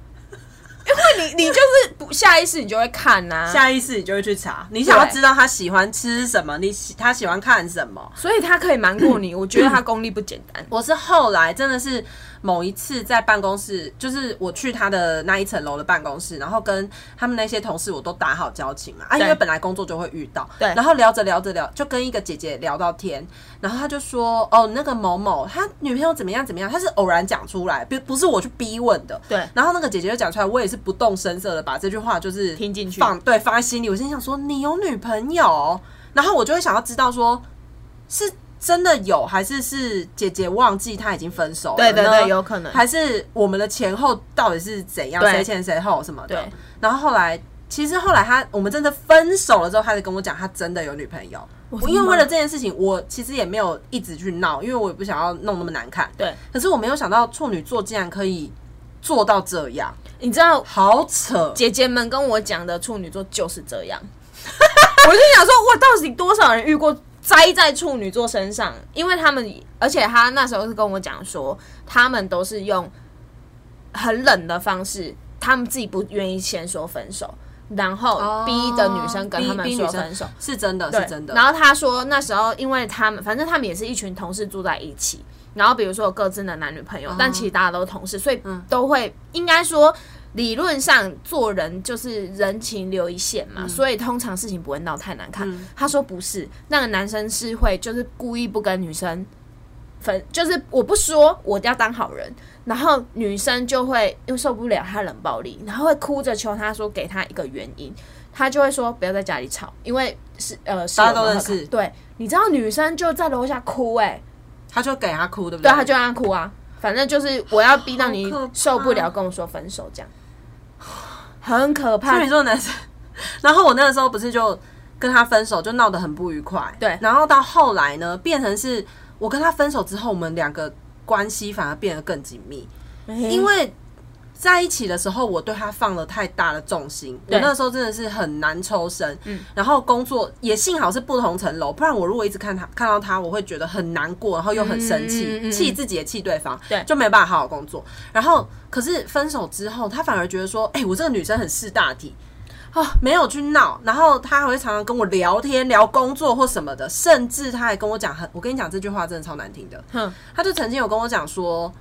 Speaker 3: 会你你就是不下意识你就会看啊呐、
Speaker 1: 下意识你就会去查，你想要
Speaker 3: 对
Speaker 1: 知道他喜欢吃什么，你喜他喜欢看什么。
Speaker 3: 所以他可以瞒过你，我觉得他功力不简 单。
Speaker 1: 我是后来真的是某一次在办公室，就是我去他的那一层楼的办公室，然后跟他们那些同事我都打好交情嘛，啊，
Speaker 3: 对
Speaker 1: 因为本来工作就会遇到，
Speaker 3: 对
Speaker 1: 然后聊着聊着聊，就跟一个姐姐聊到天，然后她就说，哦，那个某某他女朋友怎么样怎么样，她是偶然讲出来，不不是我去逼问的，
Speaker 3: 对
Speaker 1: 然后那个姐姐就讲出来，我也是不动声色的把这句话就是
Speaker 3: 听进去
Speaker 1: 放对放在心里，我心想说你有女朋友，然后我就会想要知道说。是真的有，还是是姐姐忘记她已经分手了呢？
Speaker 3: 对对对有可能
Speaker 1: 还是我们的前后到底是怎样，
Speaker 3: 对
Speaker 1: 谁前谁后什么的
Speaker 3: 对。
Speaker 1: 然后后来，其实后来他我们真的分手了之后，他才跟我讲，他真的有女朋友。我
Speaker 3: 真的
Speaker 1: 因为
Speaker 3: 吗
Speaker 1: 为了这件事情，我其实也没有一直去闹，因为我也不想要弄那么难看。
Speaker 3: 对，
Speaker 1: 可是我没有想到处女座竟然可以做到这样，
Speaker 3: 你知道
Speaker 1: 好扯！
Speaker 3: 姐姐们跟我讲的处女座就是这样， 我就想说，哇，到底多少人遇过栽在处女座身上？因为他们，而且他那时候是跟我讲说，他们都是用很冷的方式，他们自己不愿意先说分手，然后逼的女生跟他们
Speaker 1: 哦逼逼
Speaker 3: 说
Speaker 1: 女生
Speaker 3: 分手。
Speaker 1: 是真的，
Speaker 3: 对
Speaker 1: 是真的。
Speaker 3: 然后他说那时候因为他们，反正他们也是一群同事住在一起，然后比如说有各自的男女朋
Speaker 1: 嗯
Speaker 3: 友，但其实大家都是同事，所以都会、应该说。理论上做人就是人情留一线
Speaker 1: 嗯
Speaker 3: 嘛，所以通常事情不会闹太难看。他说不是，那个男生是会就是故意不跟女生分，就是我不说，我要当好人，然后女生就会又受不了他冷暴力，然后会哭着求他说给他一个原因，他就会说不要在家里吵，因为是呃
Speaker 1: 大家都
Speaker 3: 室友们
Speaker 1: 认
Speaker 3: 会看
Speaker 1: 识
Speaker 3: 对，你知道女生就在楼下哭哎、
Speaker 1: 他就给他哭，对不
Speaker 3: 对，
Speaker 1: 对，
Speaker 3: 他就让他哭啊，反正就是我要逼到你
Speaker 1: 好可怕
Speaker 3: 受不了，跟我说分手这样，很可怕
Speaker 1: 处女。座男生。然后我那个时候不是就跟他分手，就闹得很不愉快。
Speaker 3: 对
Speaker 1: 然后到后来呢，变成是我跟他分手之后，我们两个关系反而变得更紧密，因为。在一起的时候，我对他放了太大的重心，我
Speaker 3: 对
Speaker 1: 那时候真的是很难抽身。
Speaker 3: 嗯
Speaker 1: 然后工作也幸好是不同层楼，不然我如果一直看他看到他，我会觉得很难过，然后又很生
Speaker 3: 嗯嗯嗯
Speaker 1: 气，
Speaker 3: 嗯
Speaker 1: 气、自己也气对方，
Speaker 3: 对
Speaker 1: 就没办法好好工作。然后可是分手之后，他反而觉得说，哎、我这个女生很识大体，哦没有去闹，然后他还会常常跟我聊天、聊工作或什么的，甚至他还跟我讲很，我跟你讲这句话真的超难听的，
Speaker 3: 哼，
Speaker 1: 他就曾经有跟我讲说，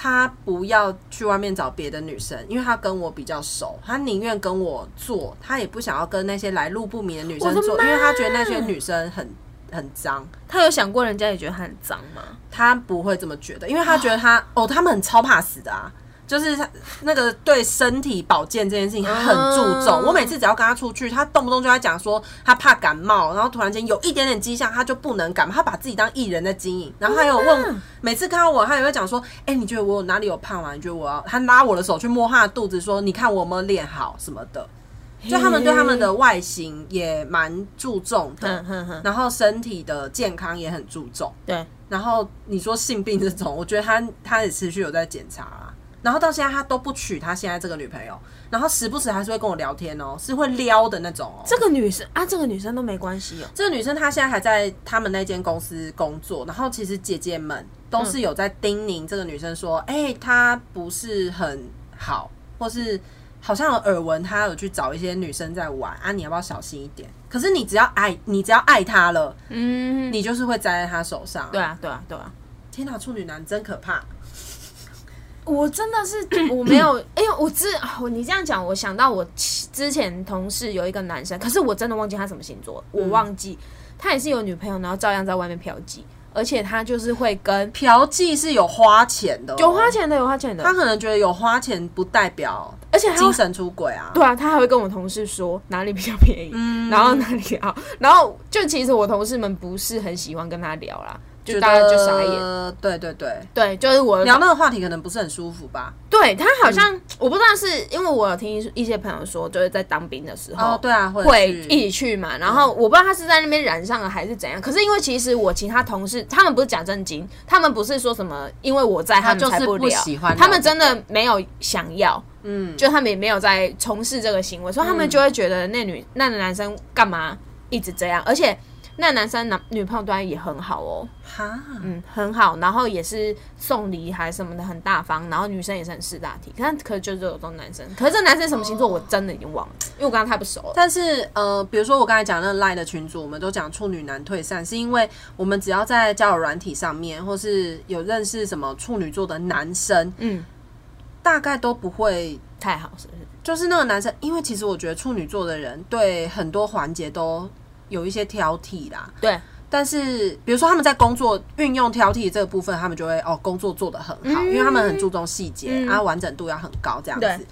Speaker 1: 他不要去外面找别的女生，因为他跟我比较熟，他宁愿跟我做，他也不想要跟那些来路不明的女生
Speaker 3: 我的
Speaker 1: 做，因
Speaker 3: 妈
Speaker 1: 为他觉得那些女生很很脏。
Speaker 3: 他有想过人家也觉得他很脏吗？
Speaker 1: 他不会这么觉得，因为他觉得他哦，他们很超怕死的啊，就是他那个对身体保健这件事情他很注重。
Speaker 3: 嗯
Speaker 1: 我每次只要跟他出去，他动不动就在讲说他怕感冒，然后突然间有一点点迹象他就不能感冒，他把自己当艺人在经营。然后他有问，每次看到我，他也会讲说，哎、你觉得我有哪里有胖吗？你觉得我要？他拉我的手去摸他的肚子，说你看我有没有练好什么的。就他们对他们的外形也蛮注重的
Speaker 3: 哼，哼哼，
Speaker 1: 然后身体的健康也很注重。
Speaker 3: 对，
Speaker 1: 然后你说性病这种，我觉得他他也持续有在检查啊。然后到现在他都不娶他现在这个女朋友，然后时不时还是会跟我聊天哦，是会撩的那种哦。
Speaker 3: 这个女生啊，这个女生都没关系哦。
Speaker 1: 这个女生她现在还在他们那间公司工作，然后其实姐姐们都是有在叮咛这个女生说，哎、她不是很好，或是好像有耳闻她有去找一些女生在玩啊，你要不要小心一点？可是你只要爱，你只要爱她了，
Speaker 3: 嗯，
Speaker 1: 你就是会栽在她手上、
Speaker 3: 对，啊，对啊，对啊。
Speaker 1: 天哪，处女男真可怕。
Speaker 3: 我 真的是我没有，哎呦，我之啊我你这样讲，我想到我之前同事有一个男生，可是我真的忘记他什么星座，我忘记、他也是有女朋友，然后照样在外面嫖妓，而且他就是会跟
Speaker 1: 嫖妓是有花钱的、哦
Speaker 3: 有花，钱的有花钱的
Speaker 1: 他，可能觉得有花钱不代表
Speaker 3: 而且他
Speaker 1: 精
Speaker 3: 会
Speaker 1: 神出轨啊。
Speaker 3: 哎对啊，他还会跟我同事说哪里比较便宜，
Speaker 1: 嗯
Speaker 3: 然后哪里好，然后就其实我同事们不是很喜欢跟他聊啦，就大家就傻眼。
Speaker 1: 眼。对对对，
Speaker 3: 对，就是我的
Speaker 1: 聊那个话题可能不是很舒服吧？
Speaker 3: 对他好像、
Speaker 1: 嗯
Speaker 3: 我不知道是因为我有听一些朋友说，就是在当兵的时候，
Speaker 1: 哦，对啊，会
Speaker 3: 会
Speaker 1: 去
Speaker 3: 一起去嘛，
Speaker 1: 嗯
Speaker 3: 然后我不知道他是在那边染上了还是怎样。可是因为其实我其他同事他们不是假正经，他们不是说什么因为我在
Speaker 1: 他
Speaker 3: 们才
Speaker 1: 就是不
Speaker 3: 聊，
Speaker 1: 喜欢
Speaker 3: 他们
Speaker 1: 聊这
Speaker 3: 真
Speaker 1: 个
Speaker 3: 的没有想要，
Speaker 1: 嗯，
Speaker 3: 就他们也没有在从事这个行为，所以他们就会觉得那女、那个男生干嘛一直这样，而且那男生男女朋友对他也很好哦，
Speaker 1: 哈，
Speaker 3: 嗯，很好，然后也是送礼还什么的很大方，然后女生也是很识大体，但可是就是有这种男生，可是这男生什么星座我真的已经忘了，因为我跟他太不熟了。
Speaker 1: 哦但是呃，比如说我刚才讲那个 Line 的群组，我们都讲处女男退散，是因为我们只要在交友软体上面，或是有认识什么处女座的男生，
Speaker 3: 嗯，
Speaker 1: 大概都不会。
Speaker 3: 太好是不是？
Speaker 1: 就是那个男生，因为其实我觉得处女座的人对很多环节都有一些挑剔啦。
Speaker 3: 对，
Speaker 1: 但是，比如说他们在工作运用挑剔这个部分，他们就会哦，工作做得很好，因为他们很注重细节，
Speaker 3: 嗯
Speaker 1: 啊，完整度要很高这样
Speaker 3: 对
Speaker 1: 子。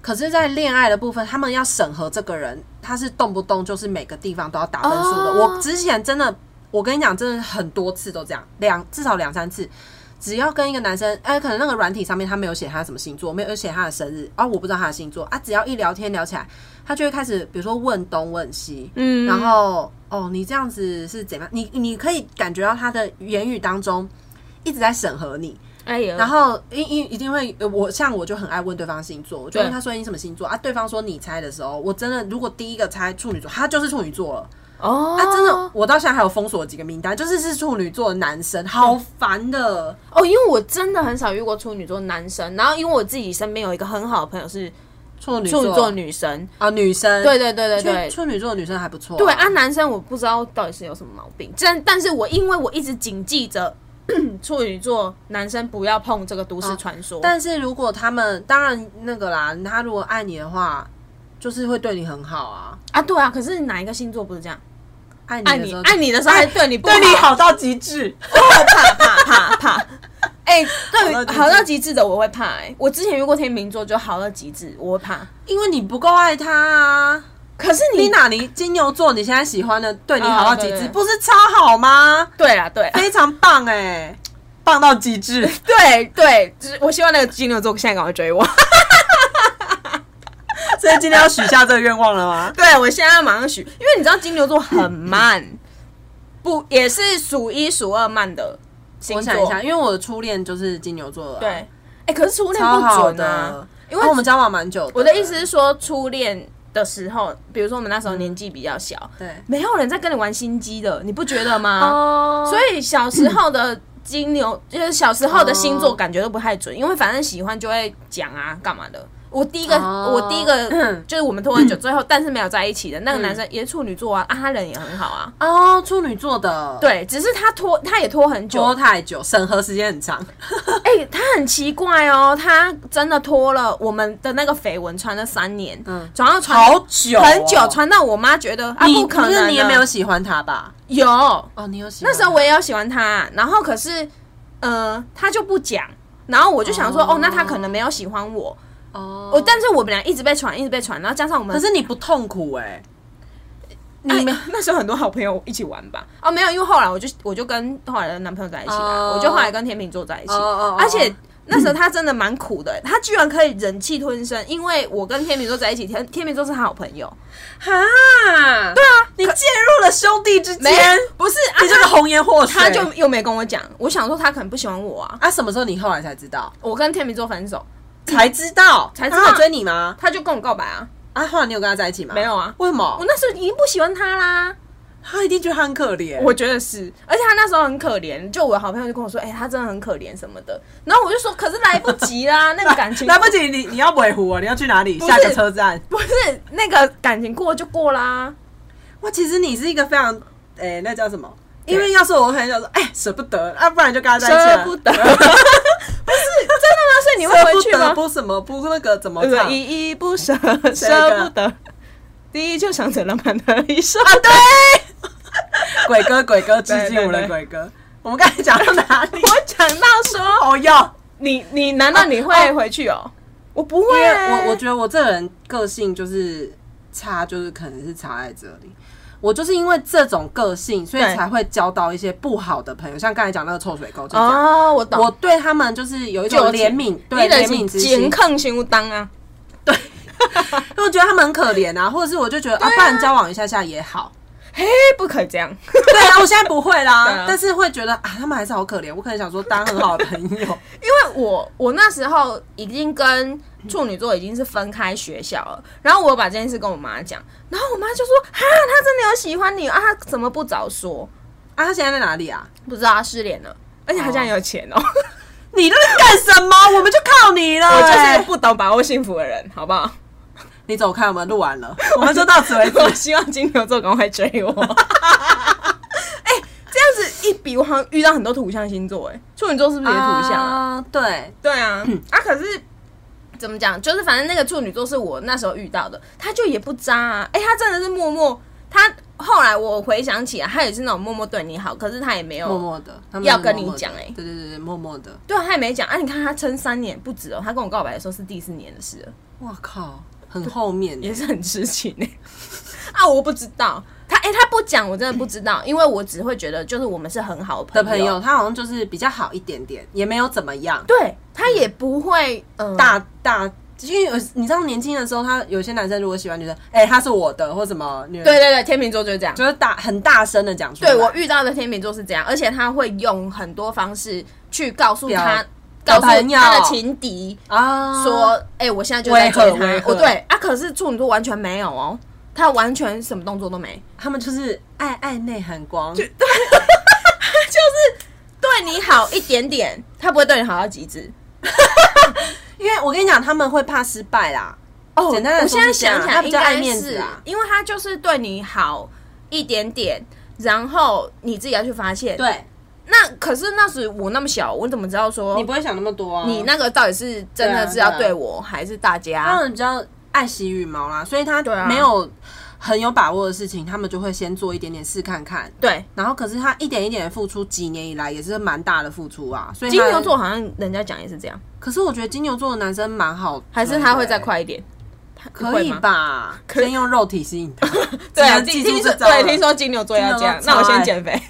Speaker 1: 可是，在恋爱的部分，他们要审核这个人，他是动不动就是每个地方都要打分数的。
Speaker 3: 哦
Speaker 1: 我之前真的，我跟你讲，真的很多次都这样，两至少两三次。只要跟一个男生，哎、可能那个软体上面他没有写他什么星座，没有写他的生日，啊，我不知道他的星座啊。只要一聊天聊起来，他就会开始，比如说问东问西，
Speaker 3: 嗯
Speaker 1: 然后哦，你这样子是怎么样？你你可以感觉到他的言语当中一直在审核你，
Speaker 3: 哎呦，
Speaker 1: 然后一一一定会，呃我像我就很爱问对方星座，我就问
Speaker 3: 对
Speaker 1: 他说你什么星座啊？对方说你猜的时候，我真的如果第一个猜处女座，他就是处女座了。
Speaker 3: 哦，
Speaker 1: 啊，真的，我到现在还有封锁几个名单，就是是处女座的男生，好烦的。
Speaker 3: 哦，因为我真的很少遇过处女座男生，然后因为我自己身边有一个很好的朋友是
Speaker 1: 处女
Speaker 3: 处女座
Speaker 1: 座
Speaker 3: 女生，
Speaker 1: 啊，女生
Speaker 3: 对对对对
Speaker 1: 处
Speaker 3: 对。
Speaker 1: 处女座的女生还不错、
Speaker 3: 对啊，，男生我不知道到底是有什么毛病，真，但是我因为我一直谨记着处女座男生不要碰这个都市传说，
Speaker 1: 但是如果他们当然那个啦，他如果爱你的话，就是会对你很好啊。
Speaker 3: 啊，对啊，可是哪一个星座不是这样？
Speaker 1: 爱你
Speaker 3: 爱
Speaker 1: 的
Speaker 3: 你
Speaker 1: 时候，
Speaker 3: 爱你的时候还对你不好，
Speaker 1: 到极致。
Speaker 3: 哦怕怕怕怕。 哎、对
Speaker 1: 好到
Speaker 3: 于
Speaker 1: 极致
Speaker 3: 好到极致的我会怕、哎，我之前遇过天秤座就好到极致，我会怕。
Speaker 1: 因为你不够爱他啊。
Speaker 3: 可是你
Speaker 1: 你哪里金牛座？你现在喜欢的对你好到极
Speaker 3: 啊
Speaker 1: 致，
Speaker 3: 对对
Speaker 1: 不是超好吗？
Speaker 3: 对啦，对啦
Speaker 1: 非常棒哎、棒到极 致。
Speaker 3: 对对，就是我希望那个金牛座现在赶快追 我。
Speaker 1: 所以今天要许下这个愿望了吗？
Speaker 3: 对我现在要马上许，因为你知道金牛座很慢， 不也是数一数二慢的星
Speaker 1: 我
Speaker 3: 座。
Speaker 1: 想一下，因为我的初恋就是金牛座的、啊
Speaker 3: 对，哎、，可是初恋
Speaker 1: 超
Speaker 3: 不
Speaker 1: 好
Speaker 3: 准
Speaker 1: 的
Speaker 3: 啊，。因为
Speaker 1: 哦我们交往蛮久的。
Speaker 3: 我的意思是说，初恋的时候，比如说我们那时候年纪比较小，
Speaker 1: 对
Speaker 3: 没有人在跟你玩心机的，你不觉得吗？
Speaker 1: 哦嗯
Speaker 3: 所以小时候的金牛，就是小时候的星
Speaker 1: 哦
Speaker 3: 座，感觉都不太准，因为反正喜欢就会讲啊，干嘛的。我第一个，
Speaker 1: 哦
Speaker 3: 我第一个、
Speaker 1: 嗯
Speaker 3: 就是我们拖很久，最后但是没有在一起的那个男生也是处女座啊，啊，他人也很好啊，
Speaker 1: 哦，处女座的，，
Speaker 3: 对，只是他拖，他也拖很久，
Speaker 1: 拖太久，审核时间很长。
Speaker 3: 哎、他很奇怪哦，他真的拖了我们的那个绯闻，传了三年，
Speaker 1: 嗯
Speaker 3: 嗯，然后传
Speaker 1: 好久哦
Speaker 3: 很久，传到我妈觉得啊，
Speaker 1: 你
Speaker 3: 不可能
Speaker 1: 是
Speaker 3: 的，
Speaker 1: 你也没有喜欢他吧？
Speaker 3: 有，
Speaker 1: 哦，你有喜欢
Speaker 3: 那时候我也有喜欢他，啊然后可是，呃，他就不讲，然后我就想说，
Speaker 1: 哦
Speaker 3: 哦那他可能没有喜欢我，
Speaker 1: 哦，
Speaker 3: 我但是我们俩一直被传，一直被传，然后加上我们，
Speaker 1: 可是你不痛苦哎、
Speaker 3: 哎
Speaker 1: 你们、
Speaker 3: 那时候很多好朋友一起玩吧？哦，没有，因为后来我就我就跟后来的男朋友在一起了，
Speaker 1: 哦
Speaker 3: 我就后来跟天秤座在一起，
Speaker 1: 哦哦哦
Speaker 3: 而且。那时候他真的蛮苦的，他居然可以忍气吞声，因为我跟天秤座在一起，天天秤座是他好朋友，
Speaker 1: 哈，对啊，你介入了兄弟之间，
Speaker 3: 不是啊
Speaker 1: 你这个红颜祸水。
Speaker 3: 他，他就又没跟我讲，我想说他可能不喜欢我啊，
Speaker 1: 啊，什么时候你后来才知道？
Speaker 3: 我跟天秤座分手，
Speaker 1: 才知道，
Speaker 3: 才知
Speaker 1: 他
Speaker 3: 道
Speaker 1: 有追你吗？
Speaker 3: 他就跟我告白啊，
Speaker 1: 啊，后来你有跟他在一起吗？
Speaker 3: 没有啊
Speaker 1: 为什么
Speaker 3: 我？那时候已经不喜欢他啦，
Speaker 1: 他一定觉得他很可怜。
Speaker 3: 我觉得是，而且他那时候很可怜，就我好朋友就跟我说，哎、他真的很可怜什么的，然后我就说，可是来不及 啦，那个感 情
Speaker 1: 来不及，你你要尾湖啊？你要去哪里？
Speaker 3: 不是
Speaker 1: 下个车站。
Speaker 3: 不是那个感情过就过啦，
Speaker 1: 哇，其实你是一个非常，哎、那叫什么？
Speaker 3: 对
Speaker 1: 因为要是我可能想说，哎、舍不得啊，不然就跟他在一起啊。
Speaker 3: 舍 不得，不是真的吗？所以你会回去
Speaker 1: 舍
Speaker 3: 吗
Speaker 1: 不？得不什么不那个怎么
Speaker 3: 对
Speaker 1: 唱？
Speaker 3: 依依不舍，
Speaker 1: 谁的
Speaker 3: 舍不得。第一就想着浪漫的一生，
Speaker 1: 对，鬼哥鬼 哥致
Speaker 3: 对
Speaker 1: 敬
Speaker 3: 对
Speaker 1: 我的
Speaker 3: 对
Speaker 1: 鬼哥。我们刚才讲到哪 里？
Speaker 3: 我讲到说，
Speaker 1: 哦 哟，
Speaker 3: 你你难道你会回去哦？我不
Speaker 1: 因
Speaker 3: 会
Speaker 1: 为
Speaker 3: 啊，
Speaker 1: 我我觉得我这个人个性就是差，就是可能是差在这里。我就是因为这种个性，所以
Speaker 3: 对
Speaker 1: 才会交到一些不好的朋友，像刚才讲那个臭水沟就这样。
Speaker 3: 哦，我懂，
Speaker 1: 我对他们就是有一种
Speaker 3: 就
Speaker 1: 怜悯，对
Speaker 3: 你
Speaker 1: 怜
Speaker 3: 的
Speaker 1: 悯之
Speaker 3: 拮
Speaker 1: 心，
Speaker 3: 抗心无当啊，
Speaker 1: 因为我觉得他们很可怜啊，或者是我就觉得啊，不然交往一下下也 好。
Speaker 3: 嘿，不可以这样。
Speaker 1: 对啊，我现在不会
Speaker 3: 对
Speaker 1: 啦
Speaker 3: 啊，
Speaker 1: 但是会觉得啊，他们还是 啊好可怜。我可能想说当很好的朋友，
Speaker 3: 因为我我那时候已经跟处女座已经是分开学校了。然后我有把这件事跟我妈讲，然后我妈就说：“哈，他真的有喜欢你啊？他怎么不早说？
Speaker 1: 啊，他现在在哪里啊？
Speaker 3: 不知道他失联了，而且他现在有钱哦。
Speaker 1: 你那是干什么？我们就靠你了、
Speaker 3: 我就是
Speaker 1: 欸
Speaker 3: 个不懂把握幸福的人，好不好？
Speaker 1: 你走开，我们录完了， 我们就到此为止。
Speaker 3: 我希望金牛座赶快追 我。哎、这样子一比，我好像遇到很多土象星座、哎，处女座是不是也土象啊？
Speaker 1: 啊，对，
Speaker 3: 对啊，
Speaker 1: 嗯
Speaker 3: 啊，可是怎么讲？就是反正那个处女座是我那时候遇到的，他就也不渣啊。哎、他真的是默默，他后来我回想起来，他也是那种默默对你好，可是他也没有
Speaker 1: 默默的，他们
Speaker 3: 要跟你
Speaker 1: 默默地
Speaker 3: 讲欸
Speaker 1: 对对对对，默默的，
Speaker 3: 对啊，他也没讲啊。你看他撑三年不止哦，他跟我告白的时候是第四年的事了，
Speaker 1: 哇靠，很后面欸
Speaker 3: 也是很痴情哎、 啊，我不知道他哎、他不讲我真的不知道，因为我只会觉得就是我们是很好
Speaker 1: 的
Speaker 3: 的
Speaker 1: 朋友，。他好像就是比较好一点点，也没有怎么样。
Speaker 3: 对他也不会呃
Speaker 1: 大大，因为有你知道年轻的时候，他有些男生如果喜欢女生，哎、他是我的或什么女人，
Speaker 3: 对对对，天秤座就是这样。
Speaker 1: 就是大很大声的讲出来。
Speaker 3: 对我遇到的天秤座是这样，而且他会用很多方式去告诉他，
Speaker 1: 表表
Speaker 3: 告诉
Speaker 1: 朋友
Speaker 3: 他的情敌
Speaker 1: 啊，
Speaker 3: 说：“哎、我现在就在追
Speaker 1: 威吓威吓
Speaker 3: 他。”我对啊，可是处女座完全没有哦，他完全什么动作都没，
Speaker 1: 他们就是爱爱内涵光，
Speaker 3: 对你好一点点，他不会对你好到极致。
Speaker 1: 因为我跟你讲，他们会怕失败啦。
Speaker 3: 哦
Speaker 1: 简单来说
Speaker 3: 我现在
Speaker 1: 是这样
Speaker 3: 想
Speaker 1: 他
Speaker 3: 想
Speaker 1: 比
Speaker 3: 应
Speaker 1: 较爱
Speaker 3: 该
Speaker 1: 面子
Speaker 3: 是
Speaker 1: 啊，
Speaker 3: 因为他就是对你好一点点，然后你自己要去发现。，
Speaker 1: 对
Speaker 3: 那可是那时我那么小，我怎么知道说
Speaker 1: 你不会想那么多啊，
Speaker 3: 你那个到底是真的是要对啊我，还是大家？
Speaker 1: 他们比较爱惜羽毛啦，所以他
Speaker 3: 啊对啊
Speaker 1: 没有很有把握的事情，他们就会先做一点点试看看。
Speaker 3: 对，
Speaker 1: 然后，可是他一点一点的付出，几年以来也是蛮大的付出啊。所以
Speaker 3: 金
Speaker 1: 他
Speaker 3: 牛座，好像人家讲也是这样，
Speaker 1: 可是我觉得金牛座的男生蛮好追的欸，
Speaker 3: 还是他会再快一点，他
Speaker 1: 可以？
Speaker 3: 会吗
Speaker 1: 吧？先用肉体吸引他。
Speaker 3: 对啊，
Speaker 1: 只能
Speaker 3: 听
Speaker 1: 记
Speaker 3: 听
Speaker 1: 住
Speaker 3: 说
Speaker 1: 这招了
Speaker 3: 对，听说金牛座要这样，
Speaker 1: 金牛座
Speaker 3: 那我
Speaker 1: 超
Speaker 3: 先
Speaker 1: 爱
Speaker 3: 减肥，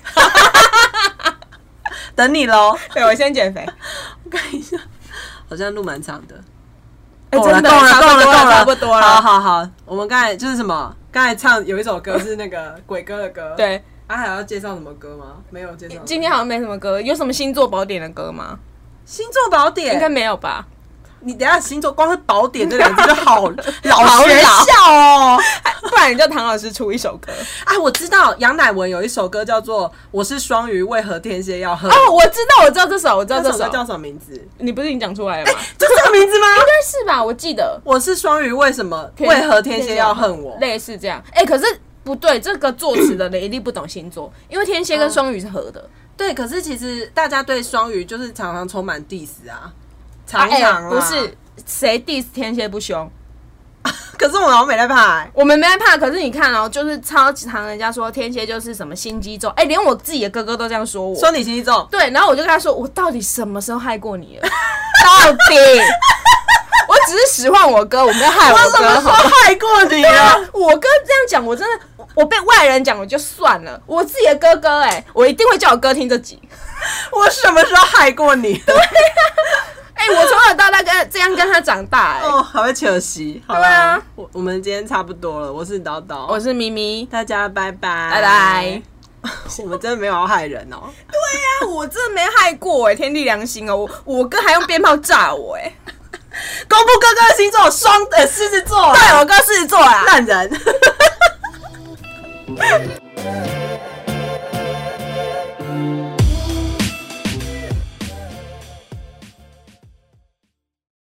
Speaker 1: 等你喽。
Speaker 3: 对我先减肥。
Speaker 1: 我看一下，好像路蛮长的。
Speaker 3: 哎
Speaker 1: 够了，
Speaker 3: 真的
Speaker 1: 够了，
Speaker 3: 差不
Speaker 1: 够
Speaker 3: 多
Speaker 1: 了，够了，
Speaker 3: 差不多了
Speaker 1: 好好好，我们刚才就是什么？刚才唱有一首歌是那个鬼歌的歌。，
Speaker 3: 对，
Speaker 1: 啊，还要介绍什么歌吗？没有介绍。
Speaker 3: 今天好像没什么歌，有什么星座宝典的歌吗？
Speaker 1: 星座宝典，
Speaker 3: 应该没有吧？
Speaker 1: 你等一下星座光是宝典这两个字就 好老
Speaker 3: 好
Speaker 1: 学
Speaker 3: 老哎
Speaker 1: 校哦。
Speaker 3: 不然你叫唐老师出一首歌。
Speaker 1: 哎，我知道杨乃文有一首歌叫做《我是双鱼，为何天蝎要喝》。
Speaker 3: 哦，我知道，我知道这首，我知道
Speaker 1: 那
Speaker 3: 这
Speaker 1: 首歌叫
Speaker 3: 首。
Speaker 1: 什么 名字？
Speaker 3: 你不是已经讲出来了吗？
Speaker 1: 就这个名字吗？
Speaker 3: 应该是吧，我记 得。
Speaker 1: 我是双鱼，为什么？
Speaker 3: 天
Speaker 1: 为何天蝎要恨我？
Speaker 3: 类似这样。哎、可是不对，这个作词的人一定不懂星座，因为天蝎跟双鱼是合的。
Speaker 1: 对，可是其实大家对双鱼就是常常充满 diss 啊，
Speaker 3: 啊
Speaker 1: 常
Speaker 3: 哎
Speaker 1: 常、
Speaker 3: 不是，谁 diss 天蝎不凶？
Speaker 1: 可是我好像没在怕、欸，
Speaker 3: 我们没害怕，可是你看哦，就是超级常人家说天蝎就是什么心机重，哎、连我自己的哥哥都这样说我。
Speaker 1: 说你心机重，
Speaker 3: 对，然后我就跟他说，我到底什么时候害 过你了？到底？我只是使唤我哥，我没有害我
Speaker 1: 我什么
Speaker 3: 哥，
Speaker 1: 时
Speaker 3: 好
Speaker 1: 候
Speaker 3: 吗
Speaker 1: 害过你
Speaker 3: 对啊
Speaker 1: 啊？，
Speaker 3: 我哥这样讲，我真的，我我被外人讲我就算了，我自己的哥哥、哎，我一定会叫我哥听这集。
Speaker 1: 我什么时候害过你？
Speaker 3: 哎、我从小到大跟这样跟他长 大、哎、
Speaker 1: 哦，还会扯席。好啦
Speaker 3: 对啊，
Speaker 1: 我我们今天差不多了，我是叨叨，
Speaker 3: 我是咪咪，
Speaker 1: 大家拜拜，。
Speaker 3: 拜拜。
Speaker 1: 我们真的没有要害人哦。
Speaker 3: 啊，我真的没害过哎、天地良心哦、我我哥还用鞭炮炸我 哎、
Speaker 1: 公布哥哥的星座，双呃狮子座，
Speaker 3: 对我哥狮子座啊。
Speaker 1: 烂人。